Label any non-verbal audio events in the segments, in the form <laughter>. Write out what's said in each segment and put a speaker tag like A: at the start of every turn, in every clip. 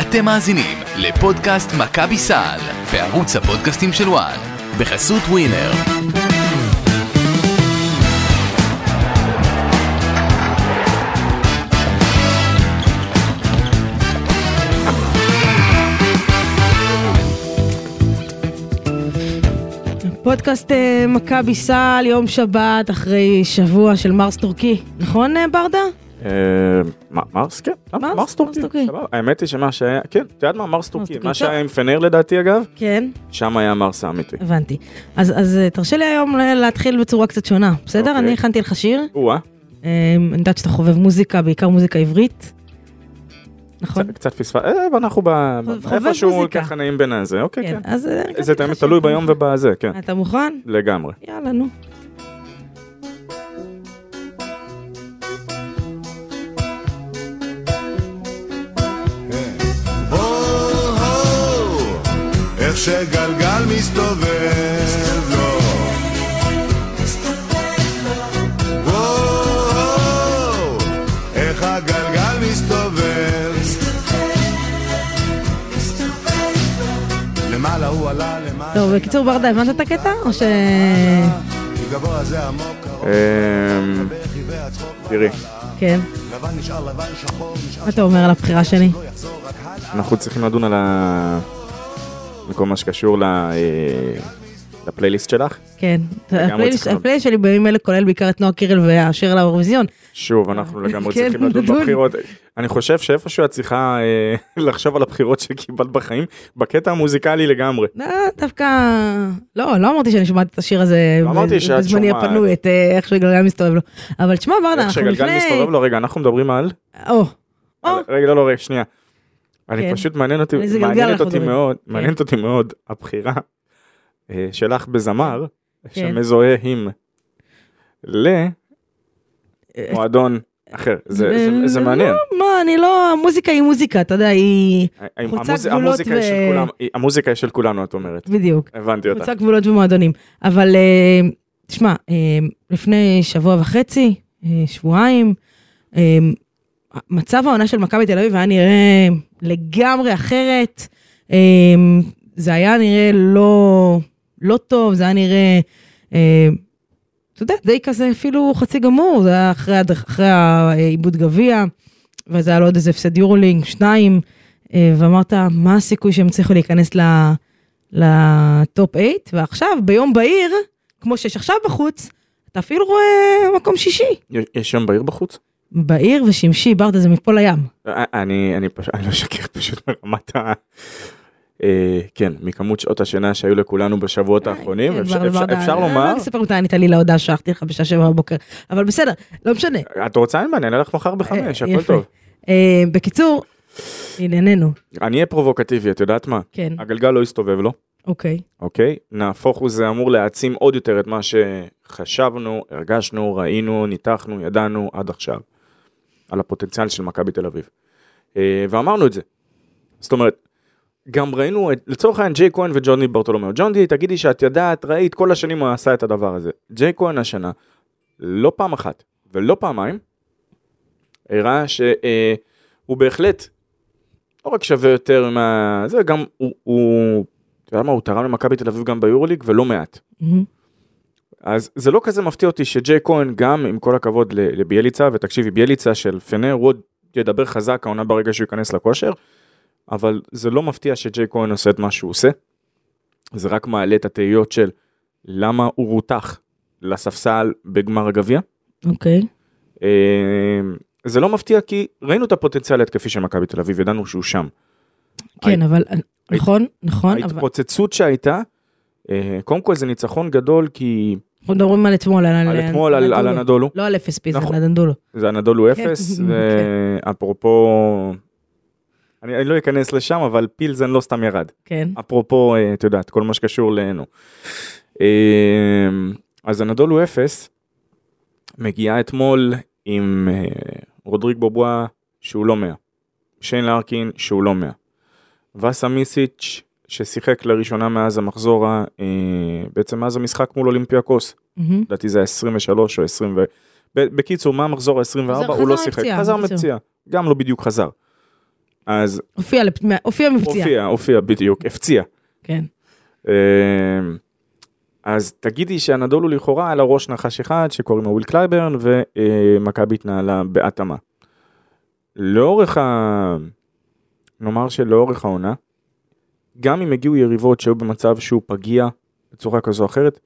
A: אתם מאזינים לפודקאסט מכבי סל בערוץ הפודקאסטים של וואן בחסות ווינר.
B: פודקאסט אה, מכבי סל, יום שבת, אחרי שבוע של מרס טורקי. נכון, אה, ברדה?
C: אה, מ- מרס כן, למה?
B: מרס,
C: מרס טורקי,
B: מרס טורקי.
C: סבבה. האמת היא שמה שהיה, כן, את יודעת מה מרס טורקי,
B: טורקי, כן.
C: מה
B: טוב.
C: שהיה עם פנר לדעתי אגב,
B: כן,
C: שם היה מרס האמיתי.
B: הבנתי. אז, אז אה, תרשה לי היום ל- להתחיל בצורה קצת שונה, בסדר?
C: אוקיי.
B: אני הכנתי לך שיר.
C: או-אה,
B: אה, אני יודעת שאתה חובב מוזיקה, בעיקר מוזיקה עברית. נכון?
C: קצת- קצת פספס, אה, אבל אנחנו ב- ב-
B: חובב
C: איפשהו
B: מוזיקה.
C: ככה נעים בין הזה, אוקיי, כן.
B: אז... אה,
C: זה
B: הכנתי לך
C: תמיד
B: שיר.
C: תלוי ביום ובזה, כן,
B: אתה מוכן?
C: לגמרי.
B: יאללה, נו.
D: הו-הו, איך שגלגל מסתובב לו. וואו, איך הגלגל מסתובב. למעלה הוא עלה, למעלה.
B: טוב, בקיצור, ברדה, הבנת את הקטע? או ש...
D: כי גבוה זה עמוק, קרוב,
C: אמ,
D: רכיבי הצחוק,
C: תראי,
B: כן.
D: לבן נשאר לבן, שחור נשאר
B: מה אתה אומר על הבחירה שלי?
D: לא יחזור, רק הלאה.
C: אנחנו צריכים לדון על ה... בכל מה שקשור ל... אה, לפלייליסט שלך.
B: כן. הפלייליסט
C: צריך-
B: הפלייליסט שלי בימים אלה כולל בעיקר את נועה קירל והשיר לאירוויזיון.
C: שוב, אנחנו לגמרי
B: כן,
C: צריכים לדון
B: נדון.
C: בבחירות. אני חושב שאיפשהו את צריכה אה, <laughs> לחשוב על הבחירות שקיבלת בחיים, בקטע המוזיקלי לגמרי.
B: לא, דווקא... לא, לא אמרתי שאני שומעת את השיר הזה
C: לא אמרתי
B: בז-
C: שאת
B: בזמני
C: שומעת.
B: הפנוי, את אה, איך שגלגל מסתובב לו. אבל תשמע, ברדה,
C: איך
B: אנחנו לפני...
C: שגלגל מסתובב לו, רגע, אנחנו מדברים על...
B: או, או,
C: על- רגע, לא, לא, רגע, שנייה. אני
B: כן.
C: פשוט מעניין אותי,
B: על איזה גלגל
C: מעניינת
B: אנחנו
C: אותי
B: מדברים? כן.
C: מאוד, מעניינת אותי מאוד הבחירה אה, שלך בזמר,
B: כן.
C: שמזוהה עם למועדון אחר. זה- זה- זה
B: אה,
C: מעניין.
B: לא, מה, אני לא... המוזיקה היא מוזיקה, אתה יודע, היא... חוצה
C: המוז-
B: גבולות
C: המוזיקה היא של
B: ו-
C: כולם- היא- המוזיקה היא של כולנו, את אומרת.
B: בדיוק.
C: הבנתי אותך.
B: קבוצה גבולות ומועדונים. אבל אה, תשמע, אה, לפני שבוע וחצי, אה, שבועיים, אה, מצב העונה של מכבי תל אביב היה נראה לגמרי אחרת. אה, זה היה נראה לא, לא טוב, זה היה נראה, אה, אתה יודע, די כזה אפילו חצי גמור, זה היה אחרי, הד- אחרי העיבוד גביע, וזה היה לו עוד איזה הפסד יורולינג, שניים, אה, ואמרת, מה הסיכוי שהם יצליחו להיכנס ל- לטופ 8, ועכשיו, ביום בהיר, כמו שיש עכשיו בחוץ, אתה אפילו רואה מקום שישי.
C: יש- יש יום בעיר בחוץ?
B: בהיר ושמשי, ברדה, זה מפה לים.
C: אה, אני אני פשוט אני לא אשקר פשוט מרמת ה... אה, כן מכמות שעות השינה שהיו לכולנו בשבועות האחרונים
B: כן,
C: אפשר-
B: ברדה,
C: אפשר-
B: ברדה,
C: אפשר
B: אני
C: לומר
B: לא אספר מתי ענית לי להודעה ששלחתי לך בשעה שבע בבוקר, אבל בסדר, לא משנה.
C: את רוצה אין בעיה אני אענה לך מחר בחמש
B: אה,
C: אה, הכל
B: יפה.
C: טוב
B: אה, בקיצור, ענייננו,
C: אני אהיה פרובוקטיבי את יודעת מה
B: כן,
C: הגלגל לא יסתובב לו
B: אוקיי.
C: אוקיי נהפוך הוא זה אמור להעצים עוד יותר את מה שחשבנו הרגשנו ראינו ניתחנו ידענו עד עכשיו על הפוטנציאל של מכבי תל אביב אה, ואמרנו את זה זאת אומרת גם ראינו את, לצורך העניין ג'יי כהן וג'וני ברטולומיאו. ג'וני, תגידי שאת יודעת, ראית, כל השנים הוא עשה את הדבר הזה. ג'יי כהן השנה, לא פעם אחת ולא פעמיים, הראה שהוא אה, הוא בהחלט לא רק שווה יותר מה... זה גם, הוא, הוא, אתה יודע מה, הוא תרם למכבי תל אביב גם ביורוליג ולא מעט.
B: מהמם.
C: אז זה לא כזה מפתיע אותי שג'יי כהן גם עם כל הכבוד ל- לביאליצה ותקשיבי ביאליצה של פנר הוא עוד ידבר חזק העונה ברגע שהוא ייכנס לכושר אבל זה לא מפתיע שג'יי כהן עושה את מה שהוא עושה. זה רק מעלה את התהיות של למה הוא רותח לספסל בגמר הגביע.
B: אוקיי.
C: אה, זה לא מפתיע כי ראינו את הפוטנציאל ההתקפי של מכבי תל אביב ידענו שהוא שם.
B: כן, אבל, נכון, נכון, אבל
C: ההתפוצצות שהייתה אה, קודם כל זה ניצחון גדול כי
B: אנחנו מדברים על אתמול,
C: על אתמול על על
B: אנדולו.
C: הנדולו.
B: לא על אפס פי, זה
C: נכון.
B: על אנדולו.
C: זה הנדולו
B: כן.
C: <laughs> אפס, כן. ואפרופו, אני, אני לא אכנס לשם, אבל פילזן לא סתם ירד.
B: כן,
C: אפרופו, אה, את יודעת, כל מה שקשור לנו. אה, אז הנדולו אפס מגיעה אתמול עם אה, רודריג בובואה שהוא לא 100, שיין לארקין שהוא לא 100, וסה מיסיץ' ששיחק לראשונה מאז המחזור, ה- אה, בעצם מאז המשחק מול אולימפיאקוס.
B: מהמם.
C: לדעתי זה היה 23 או 20 ו... ב- בקיצור, מה המחזור ה-24?
B: חזר-
C: הוא לא
B: חזר
C: שיחק.
B: מפציעה,
C: חזר
B: בקיצור.
C: מפציעה. גם לא בדיוק חזר. אז
B: הופיע לפ- מה- הופיע מפציעה.
C: הופיע, הופיע בדיוק, הפציע.
B: כן.
C: אה, אז תגידי שהנדול הוא לכאורה על הראש נחש אחד שקוראים לו וויל קלייברן ומכבי התנהלה בהתאמה. לאורך ה... נאמר שלאורך העונה, גם אם הגיעו יריבות שהיו במצב שהוא פגיע בצורה כזו או אחרת,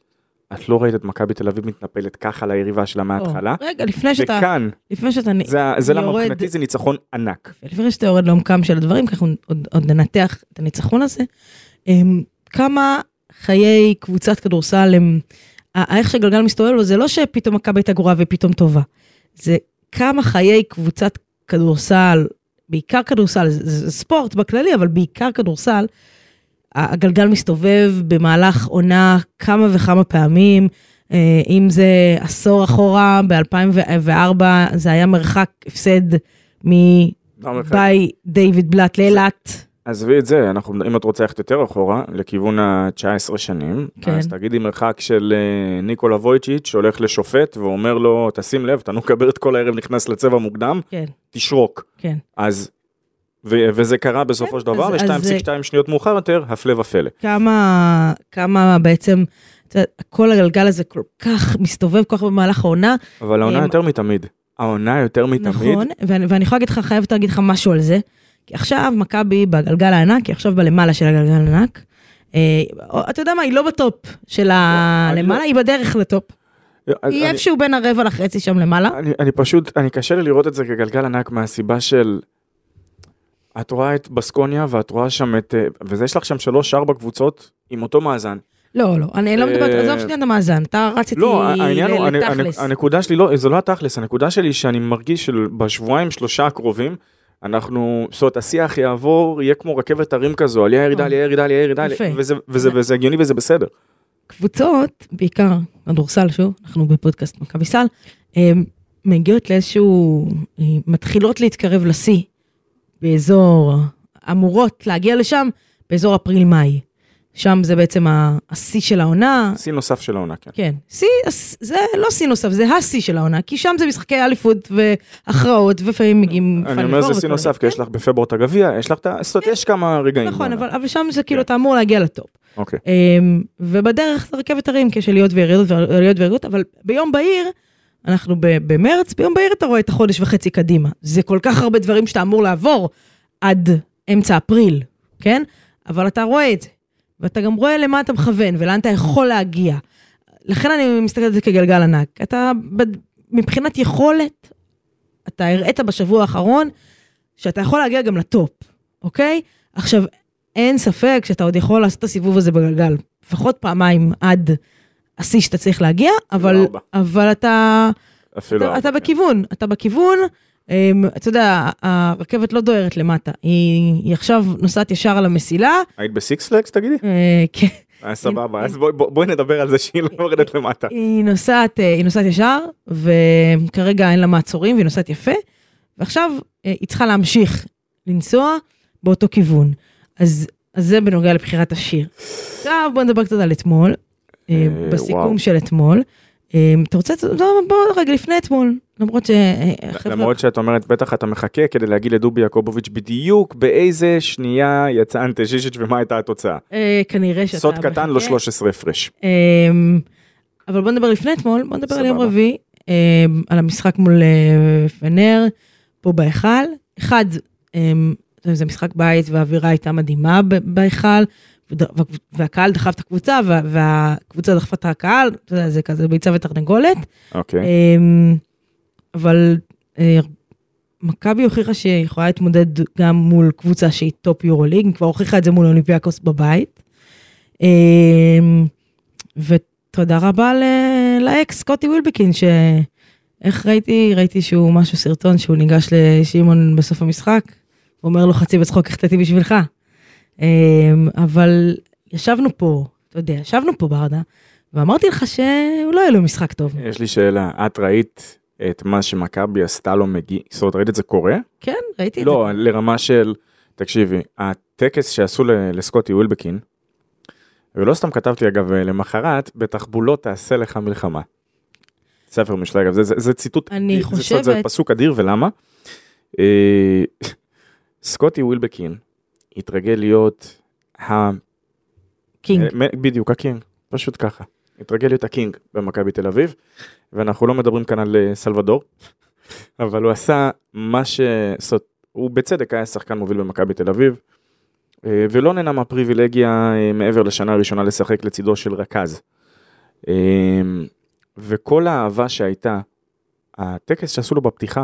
C: את לא ראית את מכבי תל אביב מתנפלת ככה ליריבה שלה מההתחלה,
B: או, רגע, לפני שאתה...
C: וכאן,
B: לפני שאתה... נ-
C: זה, זה למה
B: יורד.
C: מבחינתי זה ניצחון ענק.
B: לפני שאתה יורד לעומקם של הדברים, ככה עוד, עוד ננתח את הניצחון הזה. אמ, כמה חיי קבוצת כדורסל הם... ה- ה- איך שגלגל מסתובב לו, זה לא שפתאום מכבי הייתה גרועה ופתאום טובה. זה כמה חיי קבוצת כדורסל, בעיקר כדורסל, זה, זה ספורט בכללי, אבל בעיקר כדורסל, ה- הגלגל מסתובב במהלך עונה כמה וכמה פעמים. אה, אם זה עשור אחורה, ב-2004 זה היה מרחק הפסד מ... ביי דיוויד בלאט לאילת.
C: עזבי את זה, אנחנו, אם את רוצה ללכת יותר אחורה, לכיוון ה-19 שנים,
B: כן.
C: כן. אז תגידי מרחק של אה, ניקולה וויצ'יץ' שהולך לשופט ואומר לו, תשים לב, תנוק אברת כל הערב נכנס לצבע מוקדם,
B: כן,
C: תשרוק.
B: כן.
C: אז, ו- וזה קרה בסופו של
B: כן,
C: דבר,
B: אז-
C: ו-2.2 שניות מאוחר יותר, הפלא ופלא.
B: כמה, כמה בעצם, את יודעת, כל הגלגל הזה כל כך מסתובב כל כך במהלך העונה.
C: אבל העונה
B: אה,
C: יותר מתמיד. העונה יותר מתמיד,
B: נכון, ואני, ואני יכולה להגיד לך, חייבת להגיד לך משהו על זה. כי עכשיו מכבי בגלגל הענק, היא עכשיו בלמעלה של הגלגל הענק. אה, או- אתה יודע מה, היא לא בטופ של
C: אני
B: הלמעלה,
C: לא-
B: היא בדרך לטופ.
C: אז
B: היא
C: אה, אני- אה-
B: איפשהו בין הרבע לחצי שם למעלה.
C: אני, אני פשוט, אני קשה לי לראות את זה כגלגל ענק מהסיבה של... את רואה את בסקוניה ואת רואה שם את... אה, וזה יש לך שם שלוש ארבע קבוצות עם אותו מאזן.
B: לא, לא, אני לא
C: אה,
B: מדברת, עזוב שנייה את המאזן, אתה רץ איתי
C: לא, העניין הוא, אני- אני-
B: לתכלס.
C: הנקודה שלי לא, זה לא התכלס, הנקודה שלי היא שאני מרגיש שבשבועיים שלושה הקרובים, אנחנו, זאת אומרת, השיח יעבור, יהיה כמו רכבת הרים כזו, עלייה ירידה, עלייה ירידה, עלייה ירידה, עלייה-
B: אה, יפה.
C: וזה- וזה- וזה הגיוני וזה בסדר.
B: קבוצות, בעיקר כדורסל, שוב, אנחנו בפודקאסט מכבי סל, הם מגיעות לאיזשהו, הם מתחילות להתקרב לשיא באזור, אמורות להגיע לשם באזור אפריל-מאי. שם זה בעצם ה- השיא של העונה.
C: שיא נוסף של העונה, כן.
B: כן, שיא, הס- זה לא שיא נוסף, זה השיא של העונה, כי שם זה משחקי אליפות והכרעות, ולפעמים מגיעים...
C: אני
B: פיינל
C: אומר
B: פור
C: זה שיא
B: וכל
C: נוסף, כי יש לך בפברואר את הגביע, יש לך את ה... זאת אומרת, יש כמה רגעים.
B: מיני. כן. נכון,
C: בעונה.
B: אבל אבל שם זה כאילו,
C: כן.
B: אתה אמור להגיע לטופ.
C: אוקיי.
B: אמ, ובדרך זה רכבת הרים, כי יש עליות וירידות ועליות וירידות, אבל ביום בהיר, אנחנו ב- במרץ, ביום בהיר אתה רואה את החודש וחצי קדימה. זה כל כך הרבה דברים שאתה אמור לעבור עד אמצע אפריל, כן? אבל אתה רואה את זה, ואתה גם רואה למה אתה מכוון ולאן אתה יכול להגיע. לכן אני מסתכלת על זה כגלגל ענק. אתה, בד- מבחינת יכולת, אתה הראית בשבוע האחרון שאתה יכול להגיע גם לטופ, אוקיי? עכשיו, אין ספק שאתה עוד יכול לעשות את הסיבוב הזה בגלגל, לפחות פעמיים עד השיא שאתה צריך להגיע, אבל,
C: ארבע.
B: אבל אתה,
C: אפילו...
B: אתה,
C: ארבע,
B: אתה
C: כן.
B: בכיוון, אתה בכיוון. אמ, אתה יודע, הרכבת לא דוהרת למטה, היא, היא עכשיו נוסעת ישר על המסילה.
C: היית בסיקס פלקס תגידי?
B: אה, כן.
C: אה, סבבה, אז בואי- בואי בואי נדבר על זה שהיא לא יורדת למטה.
B: היא נוסעת, אה, היא נוסעת ישר, וכרגע אין לה מעצורים, והיא נוסעת יפה, ועכשיו אה, היא צריכה להמשיך לנסוע באותו כיוון. אז, אז זה בנוגע לבחירת השיר. עכשיו בוא נדבר קצת על אתמול, אה,
C: אה,
B: בסיכום
C: וואו. של...
B: של אתמול. אה, אתה רוצה, לא, בוא רגע לפני אתמול, למרות ש... אה, החבר'ה-
C: למרות שאת אומרת, בטח אתה מחכה כדי להגיד לדובי יעקובוביץ' בדיוק באיזה שנייה יצא אנטז'יז'יץ' ומה הייתה התוצאה.
B: אה, כנראה שאתה...
C: סוד קטן, לא
B: מחכה.
C: 13 הפרש.
B: אמ, אבל בוא נדבר לפני אתמול, בוא נדבר על יום
C: סבבה.
B: רביעי, אמ, על המשחק מול אה, פנר, פה בהיכל. אחד, אמ, זה משחק בית והאווירה הייתה מדהימה ב- בהיכל, וד- וה- והקהל דחף את הקבוצה, וה- והקבוצה דחפה את הקהל, אתה יודע, זה כזה ביצה ותרנגולת.
C: אוקיי.
B: אמ, אבל אה, מכבי הוכיחה שהיא יכולה להתמודד גם מול קבוצה שהיא טופ יורוליג, היא כבר הוכיחה את זה מול אולימפיאקוס בבית. אמ, ותודה רבה ל- לאקס, קוטי ווילבקין, ש... איך ראיתי? ראיתי שהוא משהו, סרטון שהוא ניגש לשמעון בסוף המשחק, ואומר לו חצי בצחוק, החטאתי בשבילך. אמ, אבל ישבנו פה, אתה יודע, ישבנו פה ברדה, ואמרתי לך שהוא לא יהיה לו משחק טוב.
C: יש לי שאלה, את ראית את מה שמכבי עשתה לו מגיע? זאת אומרת, ראית את זה קורה?
B: כן, ראיתי את זה.
C: לא, לרמה של, תקשיבי, הטקס שעשו ל- לסקוטי ווילבקין, ולא סתם כתבתי אגב למחרת, בתחבולות תעשה לך מלחמה. ספר משלי אגב, זה, זה, זה ציטוט,
B: אני
C: זה, זה, זה
B: חושבת-
C: פסוק אדיר ולמה? אה, <laughs> סקוטי ווילבקין התרגל להיות ה...
B: קינג.
C: אה, מ- בדיוק, הקינג, פשוט ככה. התרגל להיות הקינג במכבי תל אביב, ואנחנו לא מדברים כאן על אה, סלבדור, <laughs> אבל הוא עשה מה ש... זאת אומרת, הוא בצדק היה שחקן מוביל במכבי תל אביב, אה, ולא נהנה מהפריבילגיה אה, מעבר לשנה הראשונה לשחק לצידו של רכז. אה, וכל האהבה שהייתה, הטקס שעשו לו בפתיחה,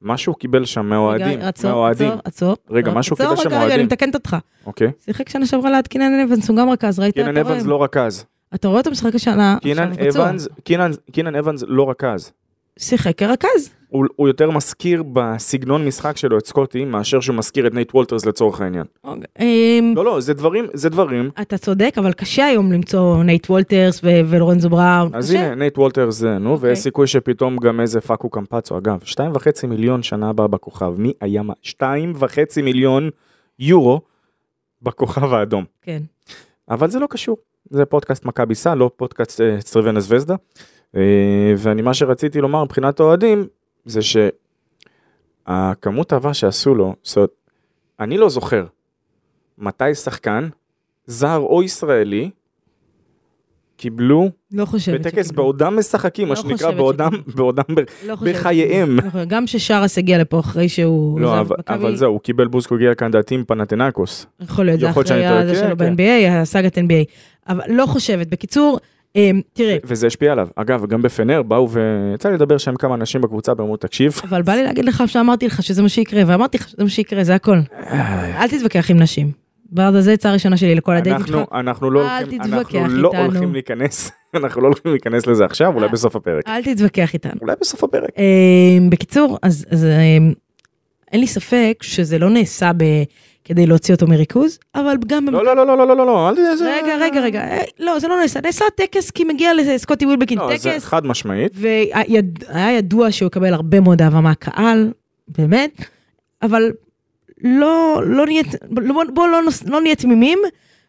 C: מה שהוא קיבל שם מהאוהדים,
B: רגע, עצור,
C: מהאוהדים,
B: עצור, עצור.
C: רגע,
B: עצור,
C: משהו
B: עצור,
C: קיבל שם
B: רגע, רגע,
C: אוהדים.
B: אני מתקנת אותך.
C: אוקיי?
B: שיחק שנה שעברה ליד קינן אבנס, הוא גם רכז, ראית?
C: קינן
B: אתה רואה?
C: אבנס לא רכז.
B: אתה רואה אותו משחק השנה
C: קינן
B: עכשיו בצהר.
C: אבנס, קינן, קינן אבנס לא רכז.
B: שיחק כרכז.
C: הוא, הוא יותר מזכיר בסגנון משחק שלו את סקוטי מאשר שהוא מזכיר את נייט וולטרס לצורך העניין.
B: אוקיי, אמ,
C: לא לא זה דברים זה דברים.
B: אתה צודק, אבל קשה היום למצוא נייט וולטרס ו- ולורנזו בראון.
C: אז
B: קשה.
C: הנה נייט וולטרס זה נו
B: אוקיי.
C: ויש סיכוי שפתאום גם איזה פאקו קמפצו אגב שתיים וחצי מיליון שנה הבאה בכוכב מי היה מה שתיים וחצי מיליון יורו בכוכב האדום.
B: כן.
C: אבל זה לא קשור. זה פודקאסט מכבי סל, לא פודקאסט אה, סטריבנה זווזדה. אה, ואני מה שרציתי לומר מבחינת האוהדים, זה שהכמות אהבה שעשו לו, זאת אומרת, אני לא זוכר מתי שחקן, זר או ישראלי, קיבלו
B: לא חושבת
C: בטקס
B: שקיבלו.
C: בעודם משחקים, מה
B: לא
C: שנקרא
B: חושבת
C: בעודם,
B: שקיבלו.
C: בעודם, ב-
B: לא חושבת
C: בחייהם.
B: שקיבלו. לא חושבת. גם ששרס הגיע לפה אחרי שהוא
C: לא,
B: עזב
C: אבל-
B: מכבי, כן.
C: אבל זהו, הוא קיבל בוז, הוא הגיע לכאן דעתי עם פנתנקוס.
B: יכול להיות, זה
C: יכול להיות
B: אחרי
C: שאני טועה,
B: הזה
C: כן,
B: שלו
C: כן.
B: ב-NBA, הסאגת NBA. אבל לא חושבת. בקיצור, אמ, תראה,
C: וזה השפיע עליו. אגב, גם בפנר באו ויצא לי לדבר שם עם כמה אנשים בקבוצה, ואמרו, תקשיב,
B: אבל בא לי להגיד לך שאמרתי לך שזה מה שיקרה, ואמרתי לך שזה מה שיקרה, זה הכל. אל תתווכח עם נשים. ברדה, זה עצה הראשונה שלי לכל הדייטים שלך.
C: אנחנו, אנחנו לא,
B: אל
C: הולכים,
B: תתווכח
C: אנחנו לא
B: איתנו.
C: הולכים להיכנס, <laughs> אנחנו לא הולכים להיכנס לזה עכשיו, אולי
B: אה.
C: בסוף הפרק.
B: אל תתווכח איתנו.
C: אולי בסוף הפרק.
B: אמ, בקיצור, אז אז, אמ, אין לי ספק שזה לא נעשה ב- כדי להוציא אותו מריכוז, אבל גם... במכ-
C: לא, לא, לא, לא, לא, לא, לא, לא, אל תדאג.
B: רגע, רגע, רגע, אה, לא, זה לא נעשה, נעשה טקס כי מגיע לסקוטי ווילבקין
C: לא, זה
B: טקס,
C: חד משמעית.
B: והיה ידוע שהוא יקבל הרבה מאוד אהבה מהקהל, באמת, אבל לא, לא נהיה, בוא, בוא לא, נוס, לא נהיה תמימים,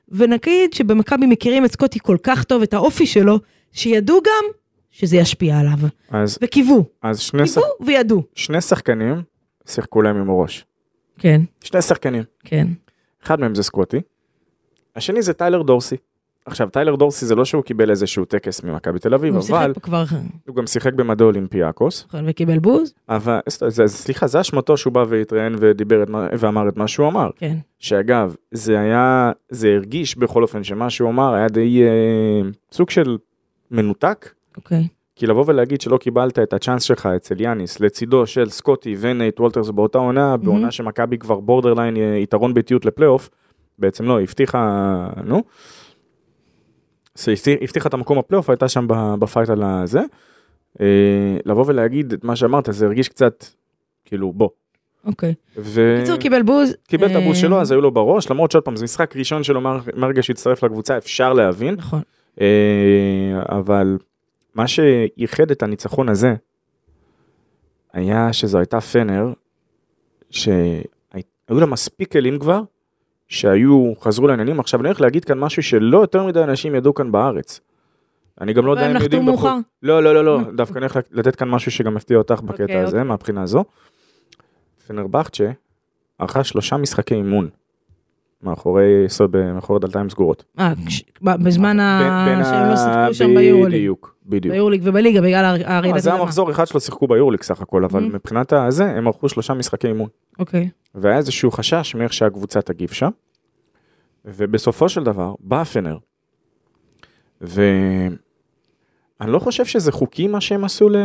B: ונגיד שבמכבי מכירים את סקוטי כל כך טוב, את האופי שלו, שידעו גם שזה ישפיע עליו,
C: אז,
B: וקיוו,
C: אז שני, שח...
B: קיוו וידעו.
C: שני שחקנים שיחקו להם עם הראש.
B: כן,
C: שני שחקנים.
B: כן.
C: אחד מהם זה סקוטי, השני זה טיילר דורסי. עכשיו, טיילר דורסי זה לא שהוא קיבל איזשהו טקס ממכבי תל אביב,
B: הוא שיחק
C: אבל
B: פה כבר,
C: הוא גם שיחק במדע אולימפיאקוס.
B: נכון, וקיבל בוז?
C: אבל, זה- סליחה, זה אשמתו שהוא בא והתראיין ודיבר את מה- ואמר את מה שהוא אמר.
B: כן.
C: שאגב, זה היה, זה הרגיש בכל אופן שמה שהוא אמר היה די אה, סוג של מנותק,
B: אוקיי.
C: כי לבוא ולהגיד שלא קיבלת את הצ'אנס שלך אצל יאניס, לצידו של סקוטי ונייט וולטרס באותה עונה, בעונה שמכבי כבר בורדרליין אה, יתרון ביתיות לפלייאוף, בעצם לא, היא הבטיחה, נו, זה הבטיח- הבטיחה את המקום בפלייאוף, הייתה שם ב- בפייט על הזה, אה, לבוא ולהגיד את מה שאמרת, זה הרגיש קצת, כאילו, בוא.
B: אוקיי.
C: ו-
B: בקיצור, קיבל בוז.
C: קיבל את הבוז
B: אה,
C: שלו אז היו לו בראש למרות שעוד פעם זה משחק ראשון שלו מה- מהרגע שהצטרף לקבוצה אפשר להבין
B: נכון.
C: אה, אבל מה שייחד את הניצחון הזה היה שזו הייתה פנר שהיו לה מספיק כלים כבר שהיו חזרו לעניינים עכשיו אני הולך להגיד כאן משהו שלא יותר מדי אנשים ידעו כאן בארץ. אני גם לא יודע
B: והם
C: אם
B: נחתו
C: יודעים
B: מאוחר.
C: בחו"ל. לא לא
B: <laughs>
C: לא לא
B: אוקיי.
C: דווקא אני הולך לתת כאן משהו שגם יפתיע אותך בקטע
B: אוקיי,
C: הזה
B: אוקיי.
C: מהבחינה הזו. פנרבכצ'ה ערכה שלושה משחקי אימון מאחורי סוד מאחורי דלתיים סגורות.
B: אה, כש- ב- בזמן ה...
C: בין- בין
B: שהם
C: ה-
B: לא שיחקו שם ביורוליג. לא.
C: בדיוק, בדיוק.
B: ביורליג ובליגה בגלל הר-
C: אה,
B: הרעידת
C: זה
B: אדמה.
C: המחזור אחד שלו שיחקו ביורליג סך הכל אבל
B: Mhm.
C: מבחינת הזה הם ערכו שלושה משחקי אימון.
B: אוקיי.
C: והיה איזשהו חשש מאיך שהקבוצה תגיב שם. ובסופו של דבר בא פנר. ואני לא חושב שזה חוקי מה שהם עשו ל...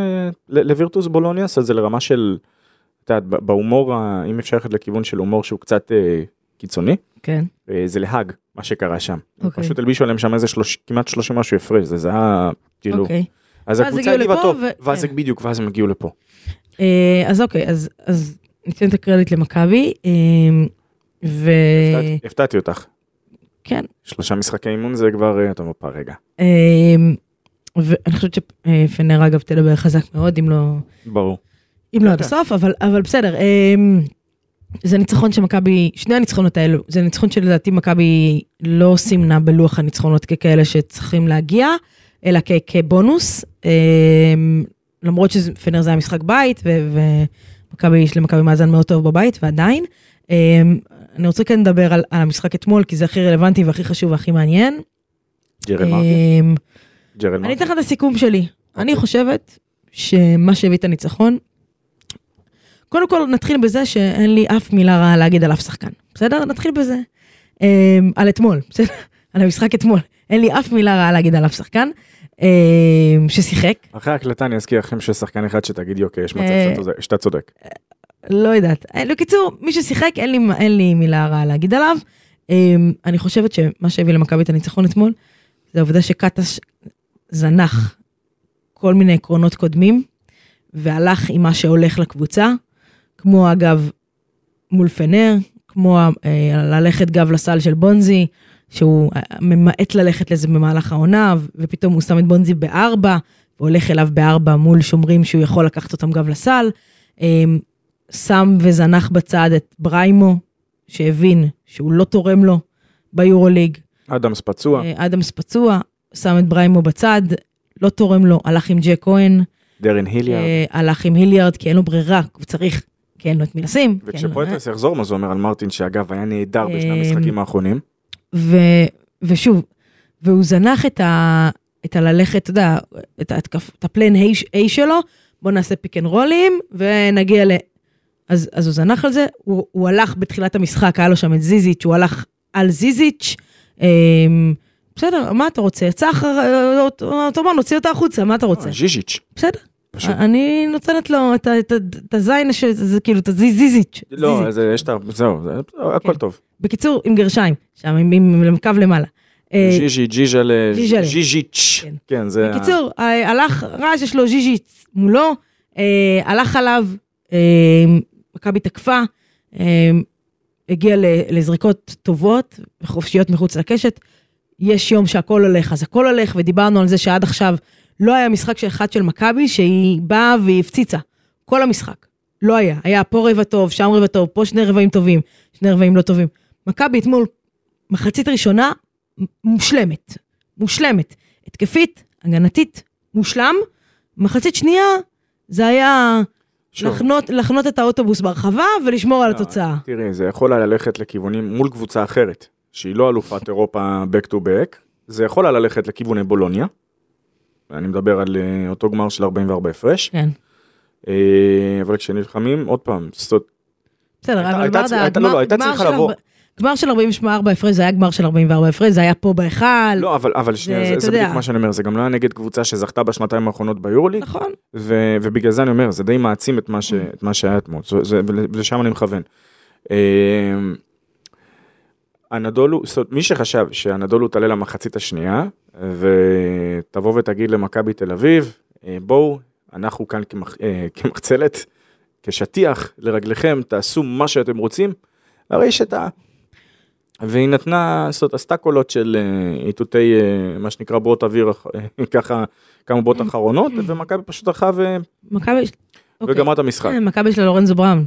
C: ל... לווירטוס בולוניאס, אז זה לרמה של, את יודעת, ב- בהומור, ה- אם אפשר ללכת לכיוון של הומור שהוא קצת אה, קיצוני,
B: כן.
C: אה, זה להאג מה שקרה שם.
B: אוקיי.
C: פשוט הלבישו עליהם שם איזה שלוש... כמעט 30 משהו הפרש, זה זה היה כאילו,
B: אוקיי. ואז
C: אז הקבוצה
B: הגיעו
C: הגיבה
B: לפה
C: טוב,
B: ו-
C: ואז
B: כן.
C: הם בדיוק, ואז הם הגיעו לפה.
B: אה, אז אוקיי, אז- אז ניתן את הקרדיט למכבי. אה, ו...
C: הפתעתי- הפתעתי אותך.
B: כן.
C: שלושה משחקי אימון זה כבר, אה, אתה אומר, "פה, רגע.
B: אה, ואני חושבת שפנר אגב תדבר חזק מאוד, אם לא...
C: ברור.
B: אם לא עד הסוף, אבל, אבל בסדר. אמ, זה ניצחון שמכבי, שני הניצחונות האלו, זה ניצחון שלדעתי מכבי לא סימנה בלוח הניצחונות ככאלה שצריכים להגיע, אלא כ- כבונוס. אמ, למרות שפנר זה היה משחק בית, ו- ומכבי, יש למכבי מאזן מאוד טוב בבית, ועדיין. אה, אני רוצה כן לדבר על, על המשחק אתמול, כי זה הכי רלוונטי והכי חשוב והכי מעניין.
C: ג'רל מרטין.
B: אה,
C: ג'רל
B: אני
C: מרטין.
B: אתן לך את הסיכום שלי. אני חושבת שמה שהביא את הניצחון, קודם כל נתחיל בזה שאין לי אף מילה רעה להגיד על אף שחקן. בסדר? נתחיל בזה. אמ, על אתמול, בסדר? <laughs> על המשחק אתמול. אין לי אף מילה רעה להגיד על אף שחקן אמ, ששיחק.
C: אחרי ההקלטה אני אזכיר לכם שיש שחקן אחד שתגידי, אוקיי, יש מצב
B: אה,
C: שאתה צודק- שאתה צודק.
B: לא יודעת. אה, בקיצור, מי ששיחק, אין לי, אין לי מילה רעה להגיד עליו. אמ, אני חושבת שמה שהביא למכבי את הניצחון אתמול, זה העובדה שקטש זנח כל מיני עקרונות קודמים, והלך עם מה שהולך לקבוצה, כמו אגב מול פנר, כמו אה, ללכת גב לסל של בונזי, שהוא אה, ממעט ללכת לזה במהלך העונה, ו- ופתאום הוא שם את בונזי בארבע, והולך אליו בארבע מול שומרים שהוא יכול לקחת אותם גב לסל. אמ, שם וזנח בצד את בריימו, שהבין שהוא לא תורם לו ביורוליג.
C: אדמס פצוע,
B: אה, אדמס פצוע, שם את בריימו בצד, לא תורם לו, הלך עם ג'ק כהן,
C: דרן היליארד.
B: אה, הלך עם היליארד, כי אין לו ברירה, הוא צריך, כי אין לו את מי לשים. כי אין לו-
C: וכשפואטס יחזור, מה זה אומר על מרטין, שאגב, היה נהדר בשני
B: כן. אה,
C: המשחקים האחרונים.
B: ו, ושוב, והוא זנח את, ה, את הללכת, אתה יודע, את, ההתקפ, את הפלן A, A שלו, בוא נעשה פיק אנד רולים ונגיע ל... אז, אז הוא זנח על זה, הוא, הוא הלך בתחילת המשחק, היה לו שם את זיזיץ', הוא הלך על זיזיץ'. אמ, בסדר, מה אתה רוצה? יצא אחר... אותו בוא, נוציא אותה החוצה, מה אתה רוצה?
C: אה, ז'יז'יץ'.
B: בסדר.
C: פשוט.
B: אני נותנת לו את ה- את ה- את הזין, ש- זה כאילו, את הזיזיץ'.
C: לא, זה- יש את ה... זהו, זה- הכל
B: כן.
C: טוב.
B: בקיצור, עם גרשיים, שם, עם- עם עם קו למעלה. אה,
C: ז'יז'י, ג'יז'לה,
B: ג'יז'לה.
C: ז'יז'יץ'.
B: כן.
C: כן, זה... ה-
B: בקיצור, אה, הלך רעש, יש לו ז'יז'יץ מולו, אה, הלך עליו, אה, מכבי תקפה, אה, הגיע ל- לזריקות טובות, חופשיות מחוץ לקשת. יש יום שהכל הולך, אז הכל הולך, ודיברנו על זה שעד עכשיו לא היה משחק של אחד של מכבי שהיא באה והיא הפציצה. כל המשחק. לא היה. היה פה רבע טוב, שם רבע טוב, פה שני רבעים טובים, שני רבעים לא טובים. מכבי אתמול, מחצית ראשונה, מ- מושלמת. מושלמת. התקפית, הגנתית, מושלם. מחצית שנייה, זה היה
C: שוב.
B: לחנות, לחנות את האוטובוס ברחבה ולשמור על
C: לא,
B: התוצאה.
C: תראי, זה יכול היה ללכת לכיוונים מול קבוצה אחרת, שהיא לא אלופת אירופה back to back, זה יכול היה ללכת לכיווני בולוניה, אני מדבר על אה, אותו גמר של 44 הפרש,
B: כן.
C: אה, אבל כשנלחמים, עוד פעם, זאת,
B: בסדר,
C: הייתה-
B: אבל
C: הייתה
B: ברדה,
C: צריכה- הייתה-
B: הגמר-
C: לא, לא, הייתה
B: גמר
C: צריכה
B: של
C: לבוא.
B: ארבע- גמר של 44 הפרש, זה היה גמר של 44 הפרש, זה היה פה בהיכל.
C: לא, אבל, אבל שנייה,
B: זה,
C: זה,
B: אתה
C: זה
B: יודע.
C: בדיוק מה שאני אומר, זה גם לא היה נגד קבוצה שזכתה בשנתיים האחרונות ביורוליג,
B: נכון.
C: ו- ובגלל זה אני אומר, זה די מעצים את מה, ש- את מה שהיה אתמול, זו- זה- ול- ולשם אני מכוון. אמ, אנדולו, זאת אומרת, מי שחשב שאנדולו תעלה למחצית השנייה, ותבוא ותגיד למכבי תל אביב, אה, בואו, אנחנו כאן כמח- אה, כמחצלת, כשטיח לרגליכם, תעשו מה שאתם רוצים, הרי שטעה. והיא נתנה, זאת אומרת, עשתה קולות של אה, איתותי, אה, מה שנקרא בועות אוויר, אה, <laughs> ככה כמה בועות
B: כן.
C: אחרונות, ומכבי פשוט הלכה ו-
B: מכבי... אוקיי.
C: וגמרה את המשחק.
B: אה, מכבי של לורנזו בראון.